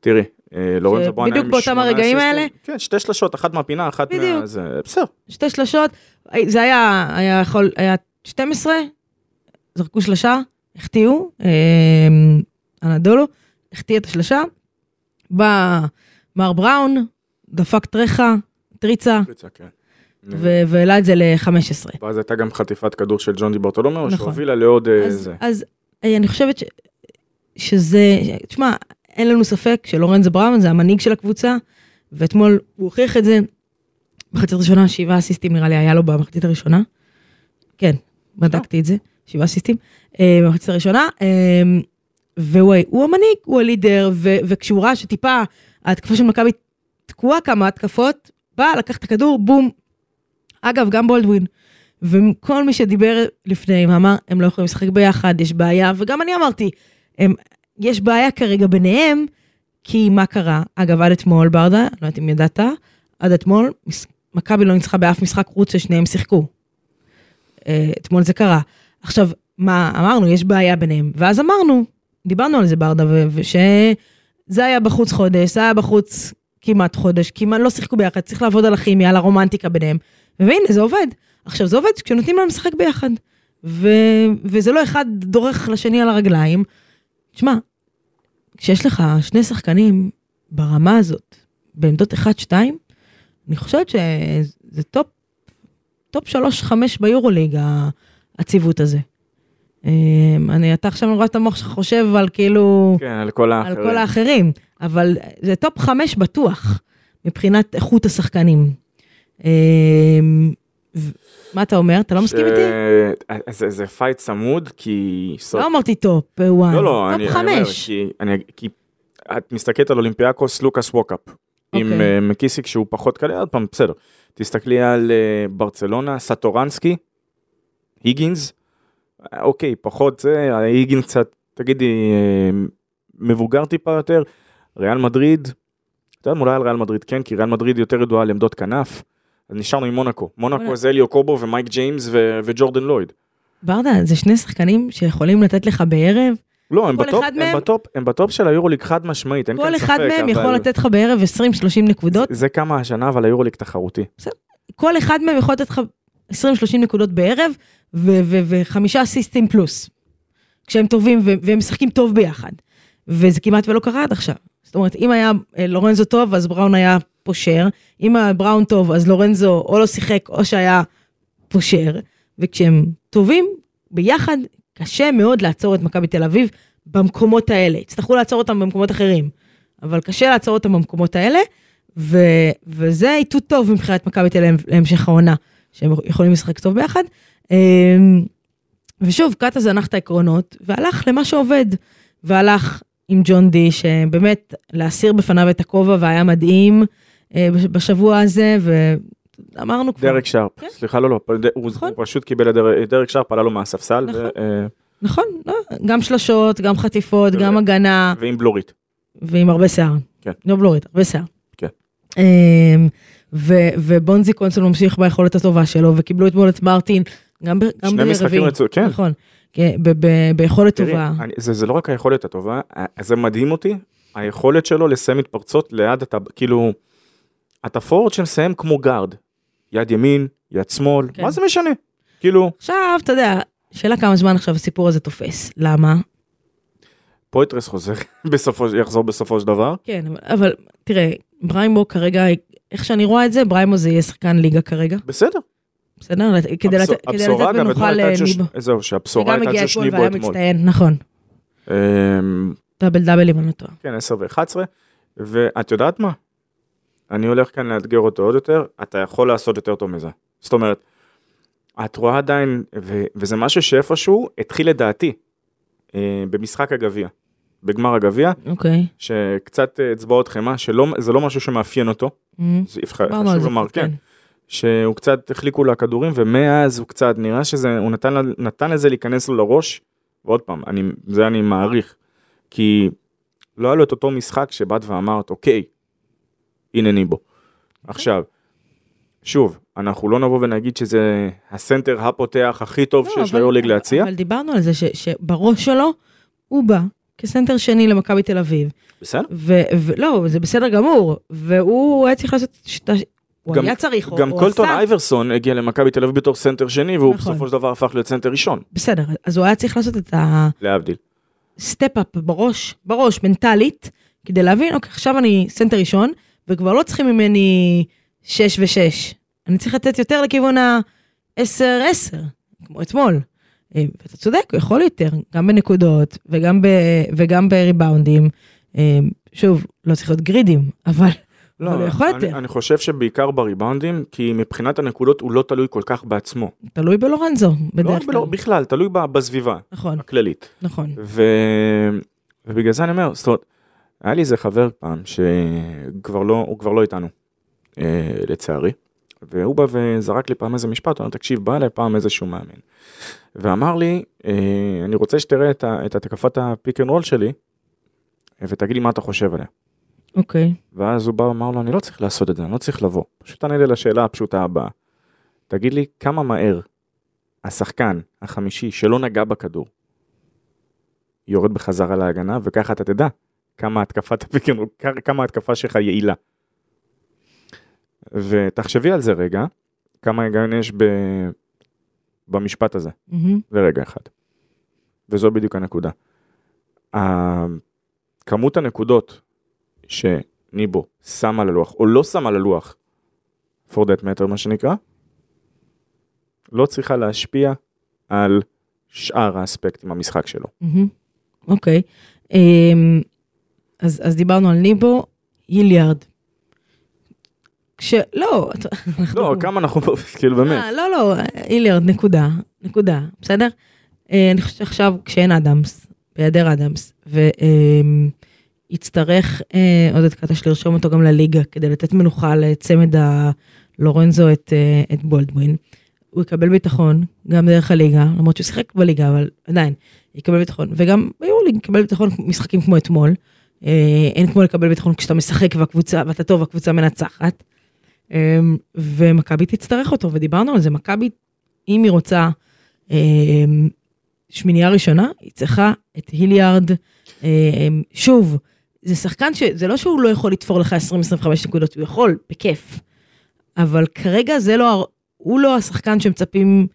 C: תראי, אה, לורנזו
B: שבדיוק
C: בראון היה עם
B: באותם
C: שמונה
B: הרגעים
C: אסיסטים.
B: האלה?
C: כן, שתי שלשות, אחת מהפינה, אחת מה...
B: בדיוק.
C: זה- בסדר.
B: שתי שלשות, אי, זה היה, היה יכול, היה 12, זרקו שלשה, החטיאו, אה, אנדולו, החטיא את השלשה, בא מר בראון, דפק טרחה, טריצה,
C: ריצה, כן.
B: ו- והעלה את זה ל-15.
C: ואז הייתה גם חטיפת כדור של ג'ון די ברטולומיאו,
B: נכון.
C: שהובילה לעוד אה,
B: אז,
C: זה.
B: אז אה, אני חושבת ש, שזה, תשמע, אין לנו ספק שלורנזו בראון זה המנהיג של הקבוצה, ואתמול הוא הוכיח את זה. מחצית ראשונה, שבעה אסיסטים נראה לי היה לו במחצית הראשונה. כן, בדקתי את זה, שבעה אסיסטים אה, במחצית הראשונה. אה, והוא ה- הוא המנהיג, הוא הלידר, ו, וכשהוא ראה שטיפה ההתקפה של מכבי תקועה כמה התקפות, בא, לקח את הכדור, בום. אגב, גם בולדווין. וכל מי שדיבר לפני, אמר, הם לא יכולים לשחק ביחד, יש בעיה, וגם אני אמרתי, הם, יש בעיה כרגע ביניהם, כי מה קרה? אגב, עד אתמול, ברדה, לא יודעת אם ידעת, עד אתמול, מס- מכבי לא ניצחה באף משחק חוץ ששניהם שיחקו. אה, אתמול זה קרה. עכשיו, מה אמרנו? יש בעיה ביניהם. ואז אמרנו, דיברנו על זה, ברדה, ו- ושזה היה בחוץ חודש, זה היה בחוץ כמעט חודש, כמעט לא שיחקו ביחד, צריך לעבוד על הכימיה, על הרומנטיקה ביניהם. והנה, זה עובד. עכשיו, זה עובד כשנותנים להם לשחק ביחד. ו... וזה לא אחד דורך לשני על הרגליים. תשמע, כשיש לך שני שחקנים ברמה הזאת, בעמדות 1-2, אני חושבת שזה טופ, טופ 3-5 ביורוליג, הציוות הזה. אה, אני, אתה עכשיו נורא את המוח שלך חושב על כאילו...
C: כן, על כל האחרים.
B: על כל האחרים, אבל זה טופ חמש בטוח, מבחינת איכות השחקנים. אמ, ו- מה אתה אומר? אתה לא מסכים איתי?
C: ש- אה, זה- זה פייט צמוד, כי... סוף-
B: לא אמרתי טופ וואן,
C: לא, לא, אני
B: טופ
C: אני אומר,
B: חמש.
C: כי- אני- כי את מסתכלת על אולימפיאקוס לוקאס ווקאפ, עם
B: אוקיי.
C: אה, מקיסיק שהוא פחות קל, עוד פעם, בסדר. תסתכלי על אה, ברצלונה, סטורנסקי, היגינס, אה, אוקיי, פחות זה, היגינס קצת, תגידי, אה, מבוגר טיפה יותר, ריאל מדריד, אתה יודע, אולי על ריאל מדריד כן, כי ריאל מדריד יותר ידועה על עמדות כנף. אז נשארנו עם מונאקו, מונאקו
B: מונאקו.
C: זה אליו קובו ומייק ג'יימס ו- וג'ורדן לויד.
B: ברדה, זה שני שחקנים שיכולים לתת לך בערב,
C: לא, הם
B: כל
C: בטופ,
B: אחד
C: הם
B: מהם-
C: בטופ, הם בטופ של היורוליג חד משמעית, אין כאן
B: כל
C: ספק.
B: אחד מהם יכול
C: אבל-
B: לתת לך בערב 20-30 נקודות,
C: זה, זה כמה השנה, אבל היורוליג תחרותי.
B: כל אחד מהם יכול לתת לך 20-30 נקודות בערב, ו- ו- וחמישה אסיסטים פלוס. כשהם טובים ו- והם משחקים טוב ביחד. וזה כמעט ולא קרה עד עכשיו. זאת אומרת, אם היה אה, לורנזו טוב, אז בראון היה פושר. אם היה בראון טוב, אז לורנזו או לא שיחק או שהיה פושר. וכשהם טובים, ביחד קשה מאוד לעצור את מכבי תל אביב במקומות האלה. יצטרכו לעצור אותם במקומות אחרים, אבל קשה לעצור אותם במקומות האלה, ו, וזה איתות טוב מבחינת מכבי תל אביב להמשך העונה, שהם יכולים לשחק טוב ביחד. אמ, ושוב, קאטה זנח את העקרונות, והלך למה שעובד, והלך עם ג'ון די, שבאמת, להסיר בפניו את הכובע, והיה מדהים אה, בש- בשבוע הזה, ואמרנו כבר,
C: דרק שרפ,
B: כן.
C: סליחה, לא, לא, ד- הוא
B: נכון.
C: הוא פשוט קיבל את דר- דרק שרפ, עלה לו מהספסל,
B: נכון.
C: ו- אה,
B: נכון, לא, גם שלשות, גם חטיפות, גם הגנה.
C: ועם בלורית.
B: ועם הרבה שיער.
C: כן.
B: לא בלורית, הרבה שיער.
C: כן.
B: אמ, ו- ובונזי קונסול ממשיך ביכולת הטובה שלו, וקיבלו אתמול את מרטין, גם ב- גם
C: שני משחקים
B: ברביעי.
C: רצו, כן.
B: נכון. כן, ב- ב- ביכולת
C: תראי,
B: טובה.
C: אני- זה זה לא רק היכולת הטובה, אה, זה מדהים אותי, היכולת שלו לסיים מתפרצות ליד, אתה, כאילו, אתה פורוורד שמסיים כמו גארד, יד ימין, יד שמאל,
B: כן.
C: מה זה משנה? כאילו,
B: עכשיו, אתה יודע, שאלה כמה זמן עכשיו הסיפור הזה תופס. למה?
C: פויטרס חוזר, <laughs> בסופו של- יחזור בסופו של דבר.
B: כן, אבל- אבל תראה, בריימו כרגע, איך שאני רואה את זה, בריימו זה יהיה שחקן ליגה כרגע,
C: בסדר.
B: בסדר? כדי
C: הבשו-
B: לתת כדי לתת
C: הבשורה גם
B: מנוחה
C: אתמול הייתה ג'וש-
B: לניבו.
C: זהו, שהבשורה
B: וגם
C: הייתה
B: הגיע
C: ג'וש
B: אתמול
C: ניבו
B: והיה
C: אתמול.
B: מצטיין, נכון.
C: אמ,
B: דאבל דאבל אם אני לא טועה.
C: כן, 10 ו-11, ואת יודעת מה? אני הולך כאן לאתגר אותו עוד יותר, אתה יכול לעשות יותר טוב מזה. זאת אומרת, את רואה עדיין, ו- וזה משהו שאיפשהו התחיל לדעתי, אה, במשחק הגביע, בגמר הגביע,
B: אוקיי.
C: שקצת אה, אצבעות חמאה, שזה לא משהו שמאפיין אותו,
B: אמ,
C: זה יפח-
B: דיברנו על
C: חשוב
B: זה
C: לומר,
B: קצת,
C: כן, שהוא קצת החליקו לו הכדורים, ומאז הוא קצת, נראה שזה, הוא נתן, ל- נתן לזה להיכנס לו לראש, ועוד פעם, אני, זה אני מעריך, כי לא היה לו את אותו משחק שבאת ואמרת, אוקיי, הנה ניבו.
B: אוקיי.
C: עכשיו, שוב, אנחנו לא נבוא ונגיד שזה הסנטר הפותח הכי טוב
B: לא,
C: שיש
B: אבל-
C: ליורליג להציע,
B: אבל דיברנו על זה ש, שבראש שלו, הוא בא כסנטר שני למכבי תל אביב.
C: בסדר?
B: ו- ולא, זה בסדר גמור. והוא היה צריך לעשות... שת... הוא
C: גם-
B: היה צריך, או-
C: גם
B: או
C: קולטון
B: עשה-
C: אייברסון הגיע למכבי תל אביב בתור סנטר שני, והוא
B: נכון.
C: בסופו של דבר הפך להיות סנטר ראשון,
B: בסדר, אז הוא היה צריך לעשות את
C: להבדיל.
B: הסטפ-אפ בראש, בראש, מנטלית, כדי להבין, אוקיי, עכשיו אני סנטר ראשון, וכבר לא צריכים ממני 6 ו-6. אני צריך לתת יותר לכיוון ה-10-10, כמו אתמול. אה, ואתה צודק, הוא יכול יותר, גם בנקודות וגם, ב, וגם בריבאונדים. אה, שוב, לא צריך להיות גרידים, אבל, לא, אבל הוא יכול
C: אני,
B: יותר.
C: אני חושב שבעיקר בריבאונדים, כי מבחינת הנקודות הוא לא תלוי כל כך בעצמו.
B: תלוי בלורנזו,
C: לא
B: בדרך
C: רק
B: כלל.
C: בלא, בכלל, תלוי ב- בסביבה
B: נכון,
C: הכללית.
B: נכון.
C: ו... ובגלל זה אני אומר, זאת אומרת, היה לי איזה חבר פעם שכבר לא, הוא כבר לא איתנו, אה, לצערי, והוא בא וזרק לי פעם איזה משפט, הוא אמר, תקשיב, בא אליי פעם איזשהו מאמן. ואמר לי, אה, אני רוצה שתראה את, ה... את התקפת הפיק אנד רול שלי, ותגיד לי מה אתה חושב עליה.
B: אוקיי,
C: ואז הוא בא ואמר לו, אני לא צריך לעשות את זה, אני לא צריך לבוא. פשוט תענה לי לשאלה הפשוטה הבאה. תגיד לי, כמה מהר השחקן החמישי שלא נגע בכדור, יורד בחזרה להגנה, וככה אתה תדע כמה התקפת <laughs> הפיקנרול, כמה ההתקפה שלך יעילה. ותחשבי על זה רגע, כמה היגיון יש ב... במשפט הזה.
B: מהמם,
C: לרגע אחד. וזו בדיוק הנקודה. ה- כמות הנקודות שנתת ניבו שם על הלוח, או לא שם על הלוח, for that matter מה שנקרא, לא צריכה להשפיע על שאר האספקטים המשחק שלו.
B: מהמם. אוקיי. אמ, אז אז דיברנו על ניבו, היליארד. כשלא,
C: לא, כמה אנחנו, כאילו באמת,
B: נכון. אה, לא, לא, היליארד, נקודה, נקודה, בסדר? אה, אני חושבת שעכשיו, כשאין אדמס, בהיעדר אדמס, ויצטרך עודד קטש לרשום אותו גם לליגה, כדי לתת מנוחה לצמד הלורנזו את, אה, את בולדווין, הוא יקבל ביטחון, גם דרך הליגה, למרות שהוא שיחק בליגה, אבל עדיין, יקבל ביטחון, וגם ביורלינג יקבל ביטחון משחקים כמו אתמול. אה, אין כמו לקבל ביטחון כשאתה משחק והקבוצה, ואתה טוב והקבוצה מנצחת. אמ, ומכבי תצטרך אותו, ודיברנו על זה, מכבי, אם היא רוצה אמ, שמינייה ראשונה, היא צריכה את היליארד. אמ, שוב, זה שחקן ש... זה לא שהוא לא יכול לתפור לך 20-25 נקודות, הוא יכול, בכיף. אבל כרגע זה לא... הר- הוא לא השחקן שמצפים...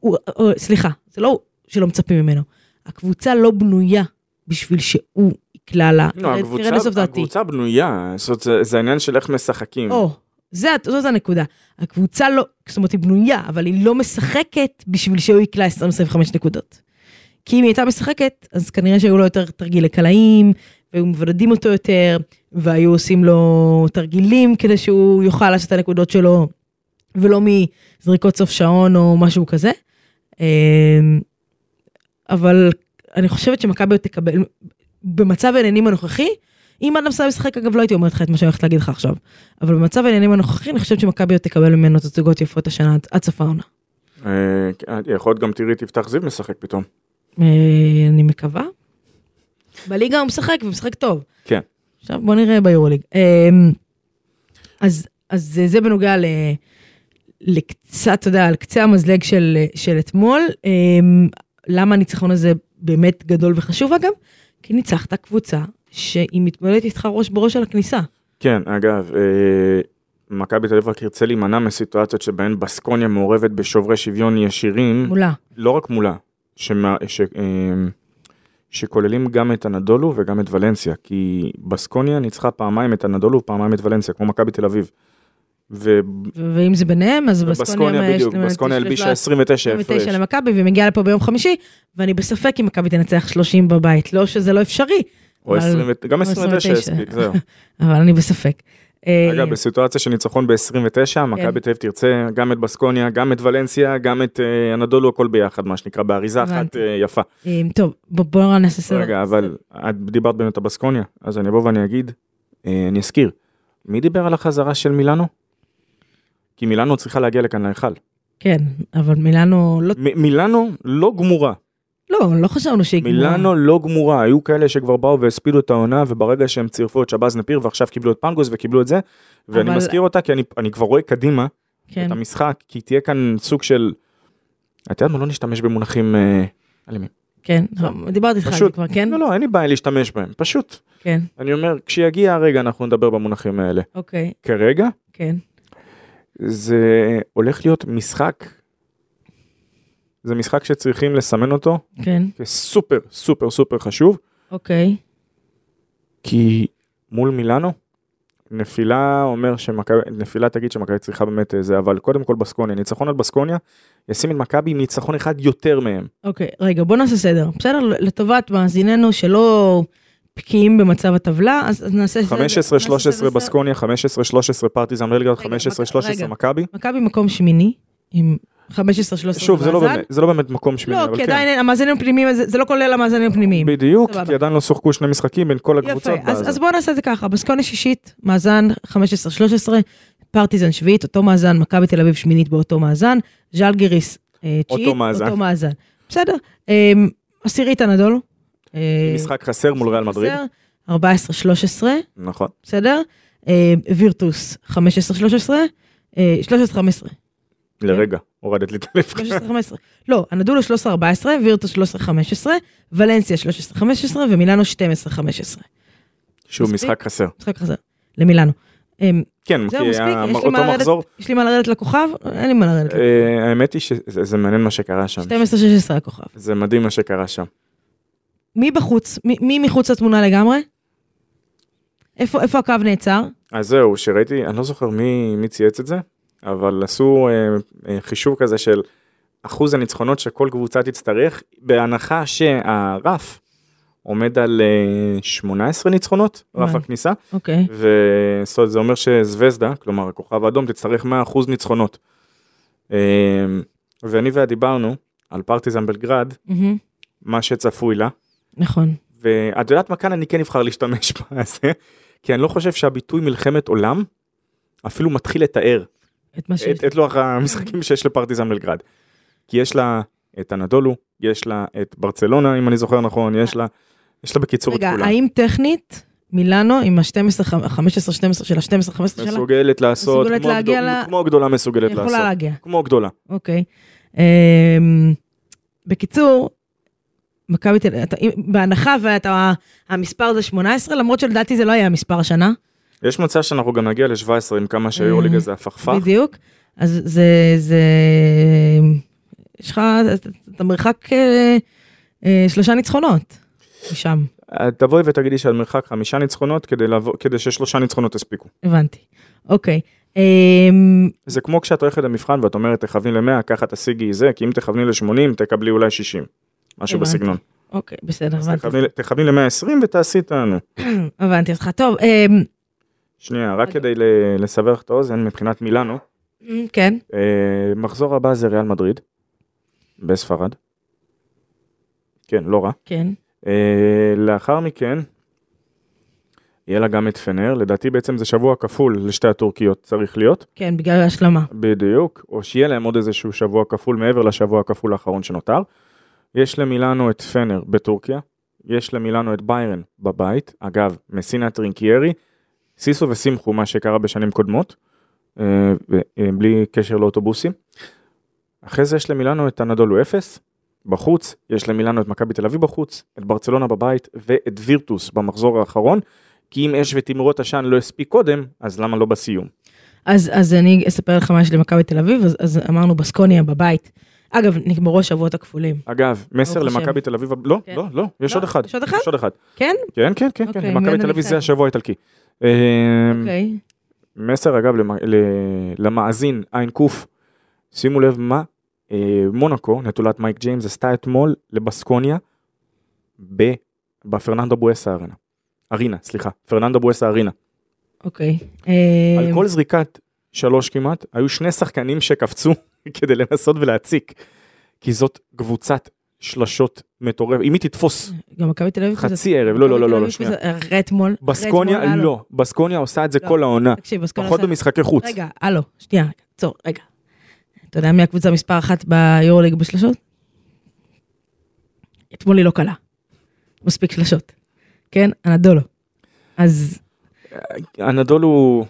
B: הוא, או, סליחה, זה לא שלא מצפים ממנו. הקבוצה לא בנויה בשביל שהוא יקלע לה.
C: לא,
B: תרד-
C: הקבוצה-
B: תרד אה, לסוף דעתי.
C: הקבוצה בנויה, זאת אומרת, זה- זה העניין של איך משחקים.
B: או, זה, זאת הנקודה. הקבוצה לא, זאת אומרת, היא בנויה, אבל היא לא משחקת בשביל שהוא יקלע 20-25 נקודות. כי אם היא הייתה משחקת, אז כנראה שהיו לו יותר תרגילי קלעים, והיו מבודדים אותו יותר, והיו עושים לו תרגילים כדי שהוא יוכל לעשות את הנקודות שלו, ולא מזריקות סוף שעון או משהו כזה. אמ, אבל אני חושבת שמכבי עוד תקבל, במצב העניינים הנוכחי, אם אדם סאי משחק, אגב, לא הייתי אומרת לך את מה שאני הולכת להגיד לך עכשיו. אבל במצב העניינים הנוכחי, אני חושבת שמכבי עוד תקבל ממנו תצוגות יפות השנה עד- עד סוף העונה.
C: אה, כן, יכול להיות גם תראי את יפתח זיו משחק פתאום.
B: אה, אני מקווה. בליגה הוא משחק, והוא משחק טוב.
C: כן.
B: עכשיו בוא נראה ביורוליג. אמ, אז, אז זה- זה בנוגע ל, לקצת, אתה יודע, על קצה המזלג של, של אתמול. אמ, למה הניצחון הזה באמת גדול וחשוב אגב? כי ניצחת קבוצה שהיא מתמודדת איתך ראש בראש על הכניסה.
C: כן, אגב, אה, מכבי תל אביב רק ירצה להימנע מסיטואציות שבהן בסקוניה מעורבת בשוברי שוויון ישירים,
B: מולה.
C: לא רק מולה, שמה- ש- אה, שכוללים גם את הנדולו וגם את ולנסיה, כי בסקוניה ניצחה פעמיים את הנדולו ופעמיים את ולנסיה, כמו מכבי תל אביב. ו-
B: ו- ואם זה ביניהם, אז
C: ובסקוניה
B: בסקוניה...
C: בדיוק, בסקוניה הלבישה 29 הפרש.
B: 29 למכבי, והיא מגיעה לפה ביום חמישי, ואני בספק אם מכבי תנצח 30 בבית, לא שזה לא אפשרי,
C: או
B: אבל-
C: 20, גם 29
B: 29.
C: הספיק, זהו.
B: אבל אני בספק. אה,
C: אגב, בסיטואציה של ניצחון
B: כן.
C: ב-29, מכבי תל אביב תרצה גם את בסקוניה, גם את ולנסיה, גם את אה, הנדולו, הכל ביחד, מה שנקרא, באריזה אחת
B: הבנתי.
C: אה, יפה.
B: אה, טוב, בוא- בוא נעשה סדר.
C: רגע, אבל את דיברת באמת על בסקוניה, אז אני אבוא ואני אגיד, אה, אני אזכיר, מי דיבר על החזרה של מילאנו? כי מילאנו צריכה להגיע לכאן להיכל.
B: כן, אבל מילאנו לא...
C: מ- מילאנו לא גמורה,
B: לא, לא חשבנו שהיא גמורה.
C: מילאנו לא גמורה, היו כאלה שכבר באו והספילו את העונה, וברגע שהם צירפו את שבאז נפיר, ועכשיו קיבלו את פנגוס וקיבלו את זה, ואני
B: אבל-
C: מזכיר אותה כי אני- אני כבר רואה קדימה,
B: כן.
C: את המשחק, כי תהיה כאן סוג של... את יודעת מה, לא נשתמש במונחים אה, אלימים.
B: כן, דיברתי איתך על זה
C: פשוט.
B: כבר, כן?
C: לא, לא, אין לי בעיה להשתמש בהם, פשוט.
B: כן,
C: אני אומר, כשיגיע הרגע אנחנו נדבר במונחים האלה.
B: אוקיי,
C: כרגע,
B: כן.
C: זה הולך להיות משחק, זה משחק שצריכים לסמן אותו
B: כן,
C: כסופר סופר סופר חשוב,
B: אוקיי.
C: כי מול מילאנו, נפילה אומר שמכבי, נפילה תגיד שמכבי צריכה באמת אה, זה, אבל קודם כל בסקוניה, ניצחון על בסקוניה, ישים את מכבי עם ניצחון אחד יותר מהם.
B: אוקיי, רגע, בוא נעשה סדר. בסדר? לטובת מאזיננו שלא בקיאים במצב הטבלה, אז אז נעשה סדר.
C: 15-13
B: נעשה סדר.
C: בסקוניה, 15-13 פרטיזן רלגרד,
B: רגע,
C: 15-13
B: רגע.
C: מכבי.
B: מכבי מקום שמיני, עם 15-13
C: שוב, זה לא
B: במאזן.
C: באמת- זה לא באמת מקום שמיני,
B: לא,
C: אבל
B: כי
C: כן.
B: עדיין המאזינים הפנימיים, זה זה לא כולל המאזינים הפנימיים.
C: בדיוק,
B: סבבה.
C: כי עדיין לא שוחקו שני משחקים בין כל
B: יפה,
C: הקבוצות.
B: אז,
C: בזה.
B: אז בואו נעשה את זה ככה, בסקונה שישית, מאזן 15-13, פרטיזן שביעית, אותו מאזן, מכבי תל אביב שמינית באותו מאזן, ז'לגיריס אה, תשיעית,
C: אותו מאזן.
B: אותו מאזן. בסדר, אה, עשירית הנדולו. אה,
C: משחק חסר מול ריאל מדריד.
B: חסר, 14-13,
C: נכון.
B: בסדר? אה, וירטוס 15-13, אה, 13-15. כן.
C: לרגע, הורדת לי את הלב.
B: 13-15. לא, הנדולו 13-14, וירטוס 13-15, ולנסיה 13-15 ומילאנו 12-15.
C: שוב,
B: מספיק?
C: משחק חסר.
B: משחק חזר, למילאנו. אמ,
C: כן,
B: זהו,
C: כי
B: מספיק,
C: ה-
B: יש לי
C: אותו
B: מה לרדת-
C: מחזור,
B: יש לי מה לרדת לכוכב? אין לי מה לרדת.
C: אה, האמת היא שזה זה מעניין מה שקרה שם.
B: 12-16 הכוכב.
C: זה מדהים מה שקרה שם.
B: מי בחוץ? מי- מי מחוץ לתמונה לגמרי? איפה איפה הקו נעצר?
C: אז זהו, שראיתי, אני לא זוכר מי, מי צייץ את זה, אבל עשו אה, אה, חישוב כזה של אחוז הניצחונות שכל קבוצה תצטרך, בהנחה שהרף עומד על אה, 18 ניצחונות, רף
B: וואי.
C: הכניסה,
B: אוקיי.
C: וזה אומר שזווזדה, כלומר הכוכב האדום, תצטרך 100% ניצחונות. אה, ואני ויה דיברנו על פרטיזן בלגרד,
B: מהמם.
C: מה שצפוי לה,
B: נכון.
C: ואת יודעת מה כאן אני כן אבחר להשתמש <laughs> בזה, כי אני לא חושב שהביטוי מלחמת עולם אפילו מתחיל לתאר
B: את מה שיש.
C: את, את לוח המשחקים שיש לפרטיזן בלגרד. כי יש לה את הנדולו, יש לה את ברצלונה אם אני זוכר נכון, יש לה, יש לה בקיצור
B: רגע,
C: את כולם.
B: האם טכנית מילאנו עם ה-12, 15, 12 של ה-12, 15 שלה,
C: מסוגלת לעשות,
B: מסוגלת
C: כמו,
B: להגיע
C: גדול,
B: ל-
C: כמו גדולה מסוגלת לעשות,
B: יכולה להגיע?
C: כמו גדולה.
B: אוקיי. אמ, בקיצור, מכבי תל אביב, בהנחה ואתה, המספר זה 18, למרות שלדעתי זה לא היה המספר השנה,
C: יש מצב שאנחנו גם נגיע ל-17 עם כמה שהיורליג הזה הפכפך.
B: אה, בדיוק. אז זה, זה, יש לך, אתה- אתה מרחק אה, אה, שלושה ניצחונות משם,
C: תבואי ותגידי שעל מרחק חמישה ניצחונות כדי, לעבור, כדי ששלושה ניצחונות הספיקו.
B: הבנתי. אוקיי. אמ,
C: זה כמו כשאת הולכת למבחן ואת אומרת תכווני ל-100 ככה תשיגי זה כי אם תכווני ל-80 תקבלי אולי 60. משהו
B: הבנתי.
C: בסגנון.
B: אוקיי, בסדר,
C: אז
B: הבנתי.
C: תכווני ל- תכווני ל-120 ותעשי איתנו.
B: הבנתי אותך. טוב, אמ,
C: שנייה רק
B: אוקיי.
C: כדי ל- לסבר את האוזן מבחינת מילאנו.
B: כן,
C: אה, מחזור הבא זה ריאל מדריד. בספרד. כן לא רע.
B: כן.
C: אה, לאחר מכן. יהיה לה גם את פנר לדעתי בעצם זה שבוע כפול לשתי הטורקיות צריך להיות
B: כן, בגלל ההשלמה.
C: בדיוק או שיהיה להם עוד איזשהו שבוע כפול מעבר לשבוע הכפול האחרון שנותר. יש למילאנו את פנר בטורקיה, יש למילאנו את ביירן בבית, אגב, מסינה טרינקיירי, סיסו וסימחו מה שקרה בשנים קודמות, אה, ו- אה, בלי קשר לאוטובוסים. אחרי זה יש למילאנו את הנדולו אפס, בחוץ, יש למילאנו את מכבי תל אביב בחוץ, את ברצלונה בבית ואת וירטוס במחזור האחרון, כי אם אש ותמרות עשן לא הספיק קודם, אז למה לא בסיום?
B: אז, אז אני אספר לך מה יש למכבי תל אביב, אז, אז אמרנו בסקוניה בבית. אגב, נגמרו השבועות הכפולים.
C: אגב, מסר
B: ברוך השם.
C: למכבי תל אביב, לא,
B: כן.
C: לא, לא, יש
B: לא,
C: עוד אחד,
B: יש עוד אחד?
C: יש עוד אחד,
B: כן?
C: כן, כן, כן,
B: אוקיי,
C: כן, מכבי
B: מיד
C: תל אביב
B: אני
C: זה השבוע האיטלקי. אה,
B: אוקיי.
C: מסר אגב למ- ל- למאזין ע"ק, שימו לב מה אה, מונקו, נטולת מייק ג'יימס, עשתה אתמול לבסקוניה ב- בפרננדו בואסה ארינה. ארינה, סליחה, פרננדו בואסה ארינה.
B: אוקיי. אה,
C: על כל זריקת שלוש כמעט, היו שני שחקנים שקפצו <laughs> כדי לנסות ולהציק, כי זאת קבוצת שלשות מטורפת, אם היא
B: כן.
C: תתפוס
B: גם מכבי תל אביב... כזאת-
C: חצי ערב, לא, לא,
B: מכבי
C: לא, לא, לא,
B: תל אביב
C: שנייה.
B: כזאת- אחרי אתמול. אחרי אתמול,
C: בסקוניה
B: הלו.
C: לא, בסקוניה עושה את זה
B: לא.
C: כל העונה,
B: תקשיב, בסקוניה...
C: פחות
B: עושה-
C: במשחקי חוץ.
B: רגע, הלו, שנייה, רגע, עצור, רגע. אתה יודע מי הקבוצה מספר אחת ביורוליג בשלשות? אתמול היא לא קלה. מספיק שלשות. כן? אנדולו. אז...
C: הנדול הוא,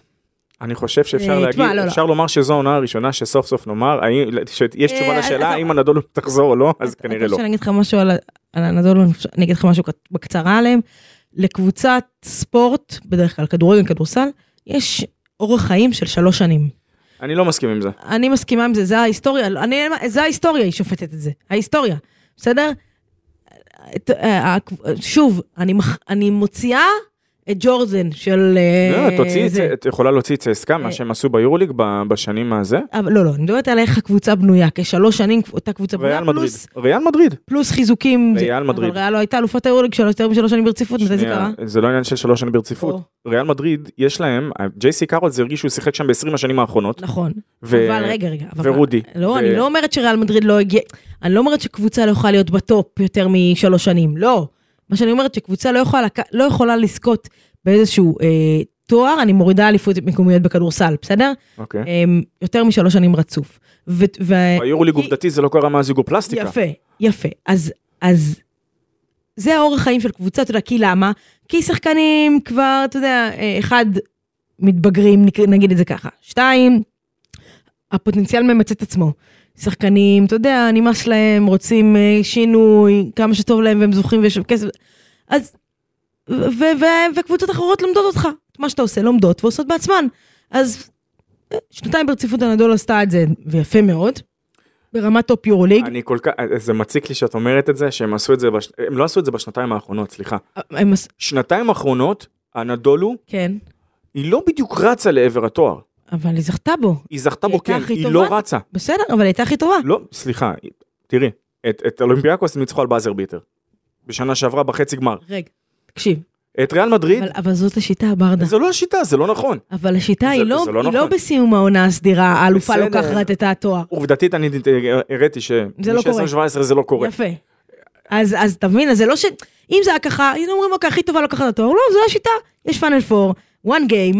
C: אני חושב
B: אה,
C: שאפשר
B: תשמע,
C: להגיד,
B: לא, לא.
C: אפשר לומר שזו העונה הראשונה שסוף סוף נאמר, האם- שיש
B: אה,
C: תשובה
B: אה,
C: לשאלה
B: אה,
C: האם הנדול תחזור או לא, אז
B: אתה- אתה
C: כנראה
B: רוצה
C: לא.
B: שאני אגיד לך משהו על, ה- על הנדולו, אני אגיד לך משהו קט- בקצרה עליהם. לקבוצת ספורט, בדרך כלל כדורגל, כדורסל, יש אורח חיים של שלוש שנים.
C: אני לא מסכים עם זה.
B: אני מסכימה עם זה, זה ההיסטוריה, לא, אני, זה ההיסטוריה, היא שופטת את זה, ההיסטוריה, בסדר? את- אה, הק- שוב, אני, מח- אני מוציאה את ג'ורדן של... אה,
C: לא, תוציאי את
B: זה.
C: זה, את יכולה להוציא את צסקה,
B: אה.
C: מה שהם עשו ביורוליג ב- בשנים הזה,
B: אבל לא, לא, אני מדברת על איך הקבוצה בנויה, כשלוש שנים אותה קבוצה בנויה,
C: ריאל מדריד.
B: פלוס,
C: ריאל מדריד.
B: פלוס חיזוקים. זה-
C: ריאל מדריד.
B: אבל ריאל לא הייתה אלופת היורוליג שלוש, יותר משלוש שנים ברציפות, מתי זה
C: שנייה,
B: קרה?
C: זה לא עניין של שלוש שנים ברציפות. ריאל מדריד, יש להם, ג'יי סי קארול זה הרגיש שהוא שיחק שם ב-20 השנים האחרונות.
B: נכון,
C: ו-
B: אבל רגע, רגע. אבל-
C: ורודי.
B: לא,
C: ו-
B: אני לא אומרת שריאל מדריד לא הגיע, אני לא אומרת שקבוצה לא יכולה להיות בטופ יותר משלוש שנים, לא. מה שאני אומרת שקבוצה לא יכולה, לק- לא יכולה לזכות באיזשהו אה, תואר, אני מורידה אליפות מקומיות בכדורסל, בסדר?
C: אוקיי.
B: אה, יותר משלוש שנים רצוף. ו- ו-
C: ביורוליג
B: אה, כי-
C: עובדתי זה לא קרה מאז יוגופלסטיקה.
B: יפה, יפה. אז, אז זה האורח חיים של קבוצה, אתה יודע, כי למה? כי שחקנים כבר, אתה יודע, אה, אחד, מתבגרים, נק- נגיד את זה ככה. שתיים, הפוטנציאל ממצה את עצמו. שחקנים, אתה יודע, נמאס להם, רוצים אה, שינוי, כמה שטוב להם והם זוכים ויש להם כסף. אז, ו- ו- ו- וקבוצות אחרות לומדות אותך. את מה שאתה עושה, לומדות ועושות בעצמן. אז אה, שנתיים ברציפות הנדול עשתה את זה, ויפה מאוד. ברמת טופ יורו ליג.
C: אני כל כך, אה, זה מציק לי שאת אומרת את זה, שהם עשו את זה, בש... הם לא עשו את זה בשנתיים האחרונות, סליחה.
B: אה, הם עש-
C: שנתיים האחרונות, הנדולו,
B: כן,
C: היא לא בדיוק רצה לעבר התואר.
B: אבל היא זכתה בו.
C: היא זכתה
B: היא
C: בו,
B: הייתה
C: כן,
B: הכי
C: היא
B: טובה?
C: לא רצה.
B: בסדר, אבל היא הייתה הכי טובה.
C: לא, סליחה, תראי, את, את אולימפיאקוס הם ניצחו על באזר ביטר. בשנה שעברה בחצי גמר.
B: רגע, תקשיב,
C: את ריאל מדריד,
B: אבל, אבל זאת השיטה, ברדה.
C: זה לא השיטה, זה לא נכון.
B: אבל השיטה
C: זה-
B: היא, לא,
C: זה לא
B: היא
C: נכון.
B: לא בסיום העונה הסדירה, האלופה
C: בסדר.
B: לוקחת את התואר.
C: עובדתית אני אה, הראיתי ש...
B: זה לא קורה.
C: 17 זה לא קורה.
B: יפה. אז, אז תבין, אז זה לא ש... אם זה היה ככה, היינו אומרים, אוקיי, הכי טובה לוקחת את התואר. לא, זו השיטה. יש פאנל פור, one game.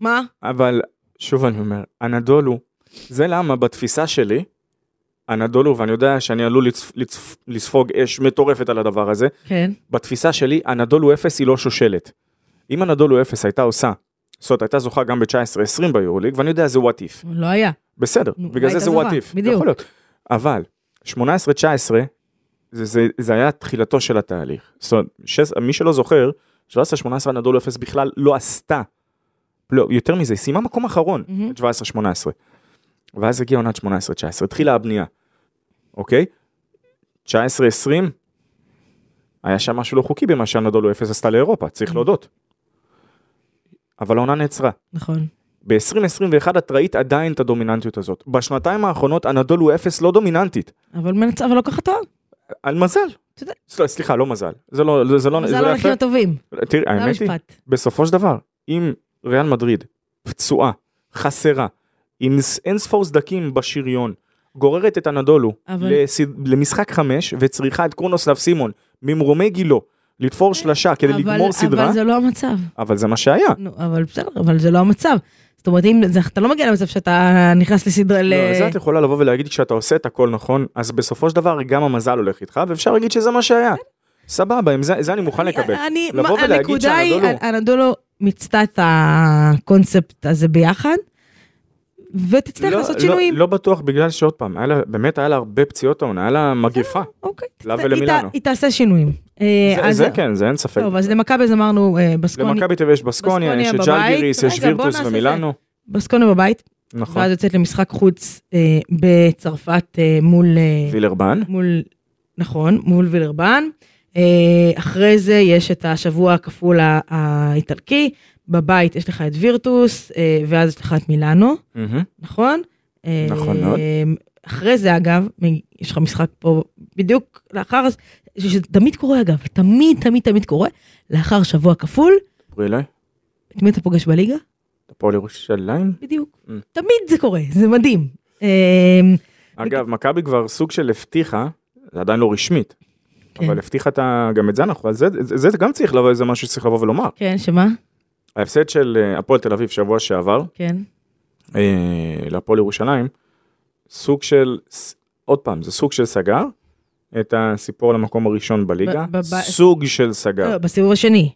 B: מה?
C: אבל שוב אני אומר, הנדולו, זה למה בתפיסה שלי, הנדולו, ואני יודע שאני עלול לצפ- לצפ- לספוג אש מטורפת על הדבר הזה,
B: כן.
C: בתפיסה שלי, הנדולו אפס היא לא שושלת. אם הנדולו אפס הייתה עושה, זאת אומרת, הייתה זוכה גם ב-19-20 ביורוליג, ואני יודע, זה what if.
B: לא היה.
C: בסדר,
B: נו,
C: בגלל זה
B: הייתה
C: זה
B: זורה,
C: what if,
B: בדיוק.
C: יכול להיות. אבל 18-19 זה, זה, זה היה תחילתו של התהליך. זאת אומרת, שש- מי שלא זוכר, 17-18 נדול אפס בכלל לא עשתה. לא, יותר מזה, היא סיימה מקום אחרון,
B: מהמם.
C: mm-hmm. 17-18. ואז הגיעה עונת 18-19, התחילה הבנייה, אוקיי? 19-20, היה שם משהו לא חוקי במה שהנדולו אפס עשתה לאירופה, צריך להודות. אבל העונה נעצרה.
B: נכון.
C: ב-2021 את ראית עדיין את הדומיננטיות הזאת. בשנתיים האחרונות הנדולו אפס לא דומיננטית.
B: אבל מנצ... אבל לוקחת תואר.
C: על מזל.
B: צודק.
C: סל- סליחה, לא מזל. זה לא, זה, זה לא,
B: זה
C: זה
B: לא
C: יפה.
B: נחים טובים.
C: תראי,
B: זה לא
C: האמת היא,
B: המשפט.
C: בסופו של דבר, אם ריאל מדריד פצועה, חסרה, עם ס- אין ספור סדקים בשריון, גוררת את הנדולו
B: אבל-
C: לסד- למשחק חמש, וצריכה את קרונוסלב סימון, ממרומי גילו, לתפור שלשה כדי
B: אה, אבל-
C: לגמור סדרה,
B: אבל זה לא המצב.
C: אבל זה מה שהיה.
B: נו, אבל בסדר, אבל זה לא המצב. זאת אומרת, אם זה, אתה לא מגיע למצב שאתה נכנס לסדרה ל...
C: לא, זה את יכולה לבוא ולהגיד כשאתה עושה את הכל נכון, אז בסופו של דבר גם המזל הולך איתך, ואפשר להגיד שזה מה שהיה. סבבה, עם זה, זה אני מוכן לקבל.
B: אני,
C: לבוא
B: מה-
C: ולהגיד
B: הנקודה היא,
C: שהנדולו-
B: הנדולו מיצתה את הקונספט הזה ביחד, ותצטרך
C: לא-
B: לעשות
C: לא-
B: שינויים.
C: לא בטוח בגלל שעוד פעם, היה לה- באמת היה לה הרבה פציעות העונה, היה לה מגפה.
B: אוקיי.
C: לה
B: היא
C: ולמילאנו.
B: ת- היא תעשה שינויים. אה,
C: זה-
B: אז-
C: זה כן, זה אין ספק.
B: טוב, אז למכבי אז אמרנו אה, בסקוני,
C: למכבי תל אביב יש בסקוניה,
B: בסקוניה
C: יש את
B: בבית.
C: ג'לגיריס, יש
B: רגע, בוא
C: וירטוס
B: נעשה
C: ומילאנו.
B: בסקוני בבית,
C: נכון.
B: ואז יוצאת למשחק חוץ אה, בצרפת אה, מול, אה,
C: וילרבן.
B: מול, נכון, מול וילרבן. אה, אחרי זה יש את השבוע הכפול ה- האיטלקי, בבית יש לך את וירטוס, אה, ואז יש לך את מילאנו.
C: מהמם.
B: נכון?
C: נכון
B: אה,
C: מאוד.
B: אחרי זה אגב, מ- יש לך משחק פה בדיוק לאחר, ש- שזה תמיד קורה אגב, תמיד תמיד תמיד קורה, לאחר שבוע כפול,
C: דברי אליי.
B: את מי אתה פוגש בליגה?
C: הפועל ירושלים.
B: בדיוק.
C: Mm.
B: תמיד זה קורה, זה מדהים. אה,
C: אגב, מכבי כבר סוג של הבטיחה, זה עדיין לא רשמית,
B: כן.
C: אבל הבטיחה את ה- גם את זה אנחנו, על זה, זה, זה גם צריך לבוא, זה משהו שצריך לבוא ולומר.
B: כן, שמה?
C: ההפסד של אה, הפועל תל אביב שבוע שעבר,
B: כן.
C: אה, להפועל ירושלים, סוג של, ס- עוד פעם, זה סוג של סגר, את הסיפור למקום הראשון בליגה,
B: ב- ב-
C: סוג של סגר,
B: לא, בסיבוב השני,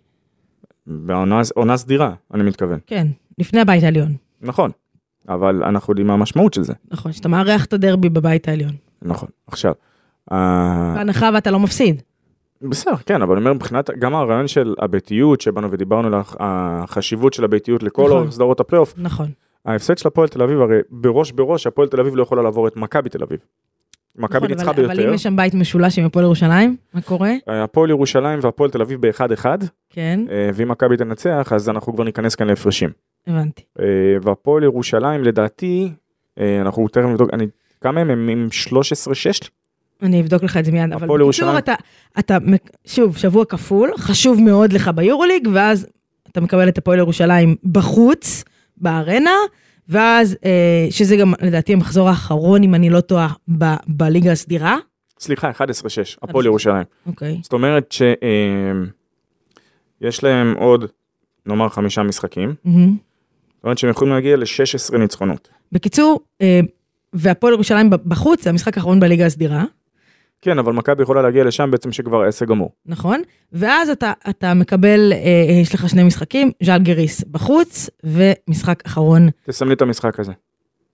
C: בעונה עונה סדירה, אני מתכוון,
B: כן, לפני הבית העליון.
C: נכון, אבל אנחנו יודעים מה המשמעות של זה,
B: נכון, שאתה מארח את הדרבי בבית העליון.
C: נכון, עכשיו. אה,
B: בהנחה ואתה לא מפסיד.
C: בסדר, כן, אבל אני אומר מבחינת גם הרעיון של הביתיות שבאנו ודיברנו על הח- החשיבות של הביתיות לכל
B: נכון.
C: אורך סדרות הפלייאוף,
B: נכון.
C: ההפסד של הפועל תל אביב הרי בראש בראש הפועל תל אביב לא יכולה לעבור את מכבי תל אביב. מכבי
B: נכון,
C: ניצחה
B: אבל- אבל
C: ביותר,
B: אם יש שם בית משולש עם הפועל ירושלים, מה קורה?
C: הפועל ירושלים והפועל תל אביב באחד אחד,
B: כן,
C: אה, ואם מכבי תנצח אז אנחנו כבר ניכנס כאן להפרשים.
B: הבנתי.
C: אה, והפועל ירושלים לדעתי, אה, אנחנו תכף נבדוק, אני, כמה הם הם עם 13-6?
B: אני אבדוק לך את זה מיד, אבל
C: הפועל
B: בקיצור
C: ירושלים.
B: אתה, אתה, מק- שוב, שבוע כפול, חשוב מאוד לך ביורוליג, ואז אתה מקבל את הפועל ירושלים בחוץ, בארנה, ואז, אה, שזה גם לדעתי המחזור האחרון, אם אני לא טועה, ב- בליגה הסדירה.
C: סליחה, 11-6, הפועל ירושלים.
B: אוקיי.
C: זאת אומרת שיש להם עוד נאמר חמישה משחקים, זאת
B: מהמם.
C: אומרת שהם יכולים להגיע ל-16 ניצחונות.
B: בקיצור, אה, והפועל ירושלים ב- בחוץ, זה המשחק האחרון בליגה הסדירה,
C: כן, אבל מכבי יכולה להגיע לשם בעצם שכבר העסק גמור.
B: נכון? ואז אתה, אתה מקבל, אה, אה, יש לך שני משחקים, ז'אלגריס בחוץ, ומשחק אחרון,
C: תסמני את המשחק הזה.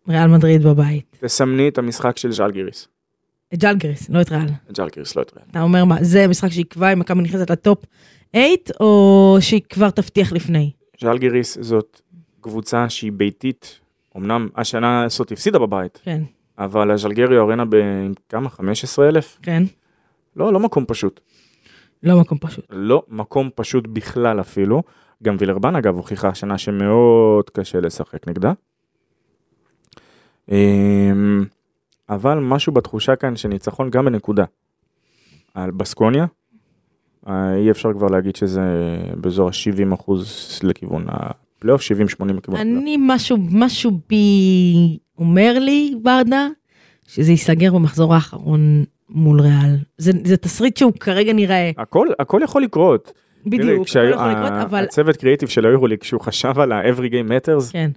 B: ריאל מדריד בבית.
C: תסמני את המשחק של ז'לגיריס.
B: את ז'אלגריס, לא את ריאל.
C: ז'לגיריס לא יתראה.
B: אתה אומר מה, זה משחק שיקבע אם מכבי נכנסת לטופ 8, או שהיא כבר תבטיח לפני?
C: ז'לגיריס זאת קבוצה שהיא ביתית, אמנם השנה הזאת הפסידה בבית,
B: כן,
C: אבל הז'לגריו ארנה ב... עם כמה? 15 אלף?
B: כן.
C: לא, לא מקום פשוט.
B: לא מקום פשוט.
C: לא מקום פשוט בכלל אפילו. גם וילרבן אגב הוכיחה השנה שמאוד קשה לשחק נגדה. אמ, אבל משהו בתחושה כאן שניצחון גם בנקודה. על בסקוניה, אה, אי אפשר כבר להגיד שזה באזור ה-70 אחוז לכיוון הפלייאוף, 70-80 לכיוון הפלייאוף.
B: אני משהו, משהו בי אומר לי, ברדה, שזה ייסגר במחזור האחרון מול ריאל. זה, זה תסריט שהוא כרגע נראה,
C: הכל, הכל יכול לקרות.
B: בדיוק,
C: תראי,
B: הכל
C: כשהיו- אה,
B: יכול לקרות,
C: ה-
B: אבל
C: הצוות קריאיטיב של היורוליג, כשהוא חשב על ה-Every Game Matters,
B: כן.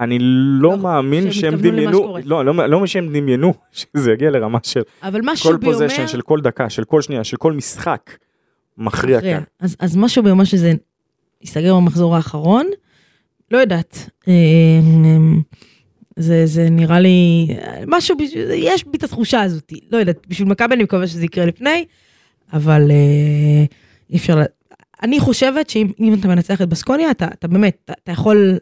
C: אני לא
B: לא,
C: מאמין
B: שהם
C: שהם
B: התכוונו למה
C: דמיינו,
B: שקורה.
C: לא, לא, לא שהם דמיינו שזה יגיע לרמה של
B: אבל
C: כל
B: משהו בי אומר...
C: פוזיישן, של כל דקה, של כל שנייה, של כל משחק, מכריע
B: מכריע.
C: כאן.
B: אז, אז משהו בי אומר שזה ייסגר במחזור האחרון, לא יודעת. אמ, זה, זה נראה לי, משהו, בשביל- יש בי את התחושה הזאת, לא יודעת, בשביל מכבי אני מקווה שזה יקרה לפני, אבל אה, אי אפשר, לה- אני חושבת שאם אם אתה מנצח את בסקוניה, אתה, אתה באמת, אתה, אתה יכול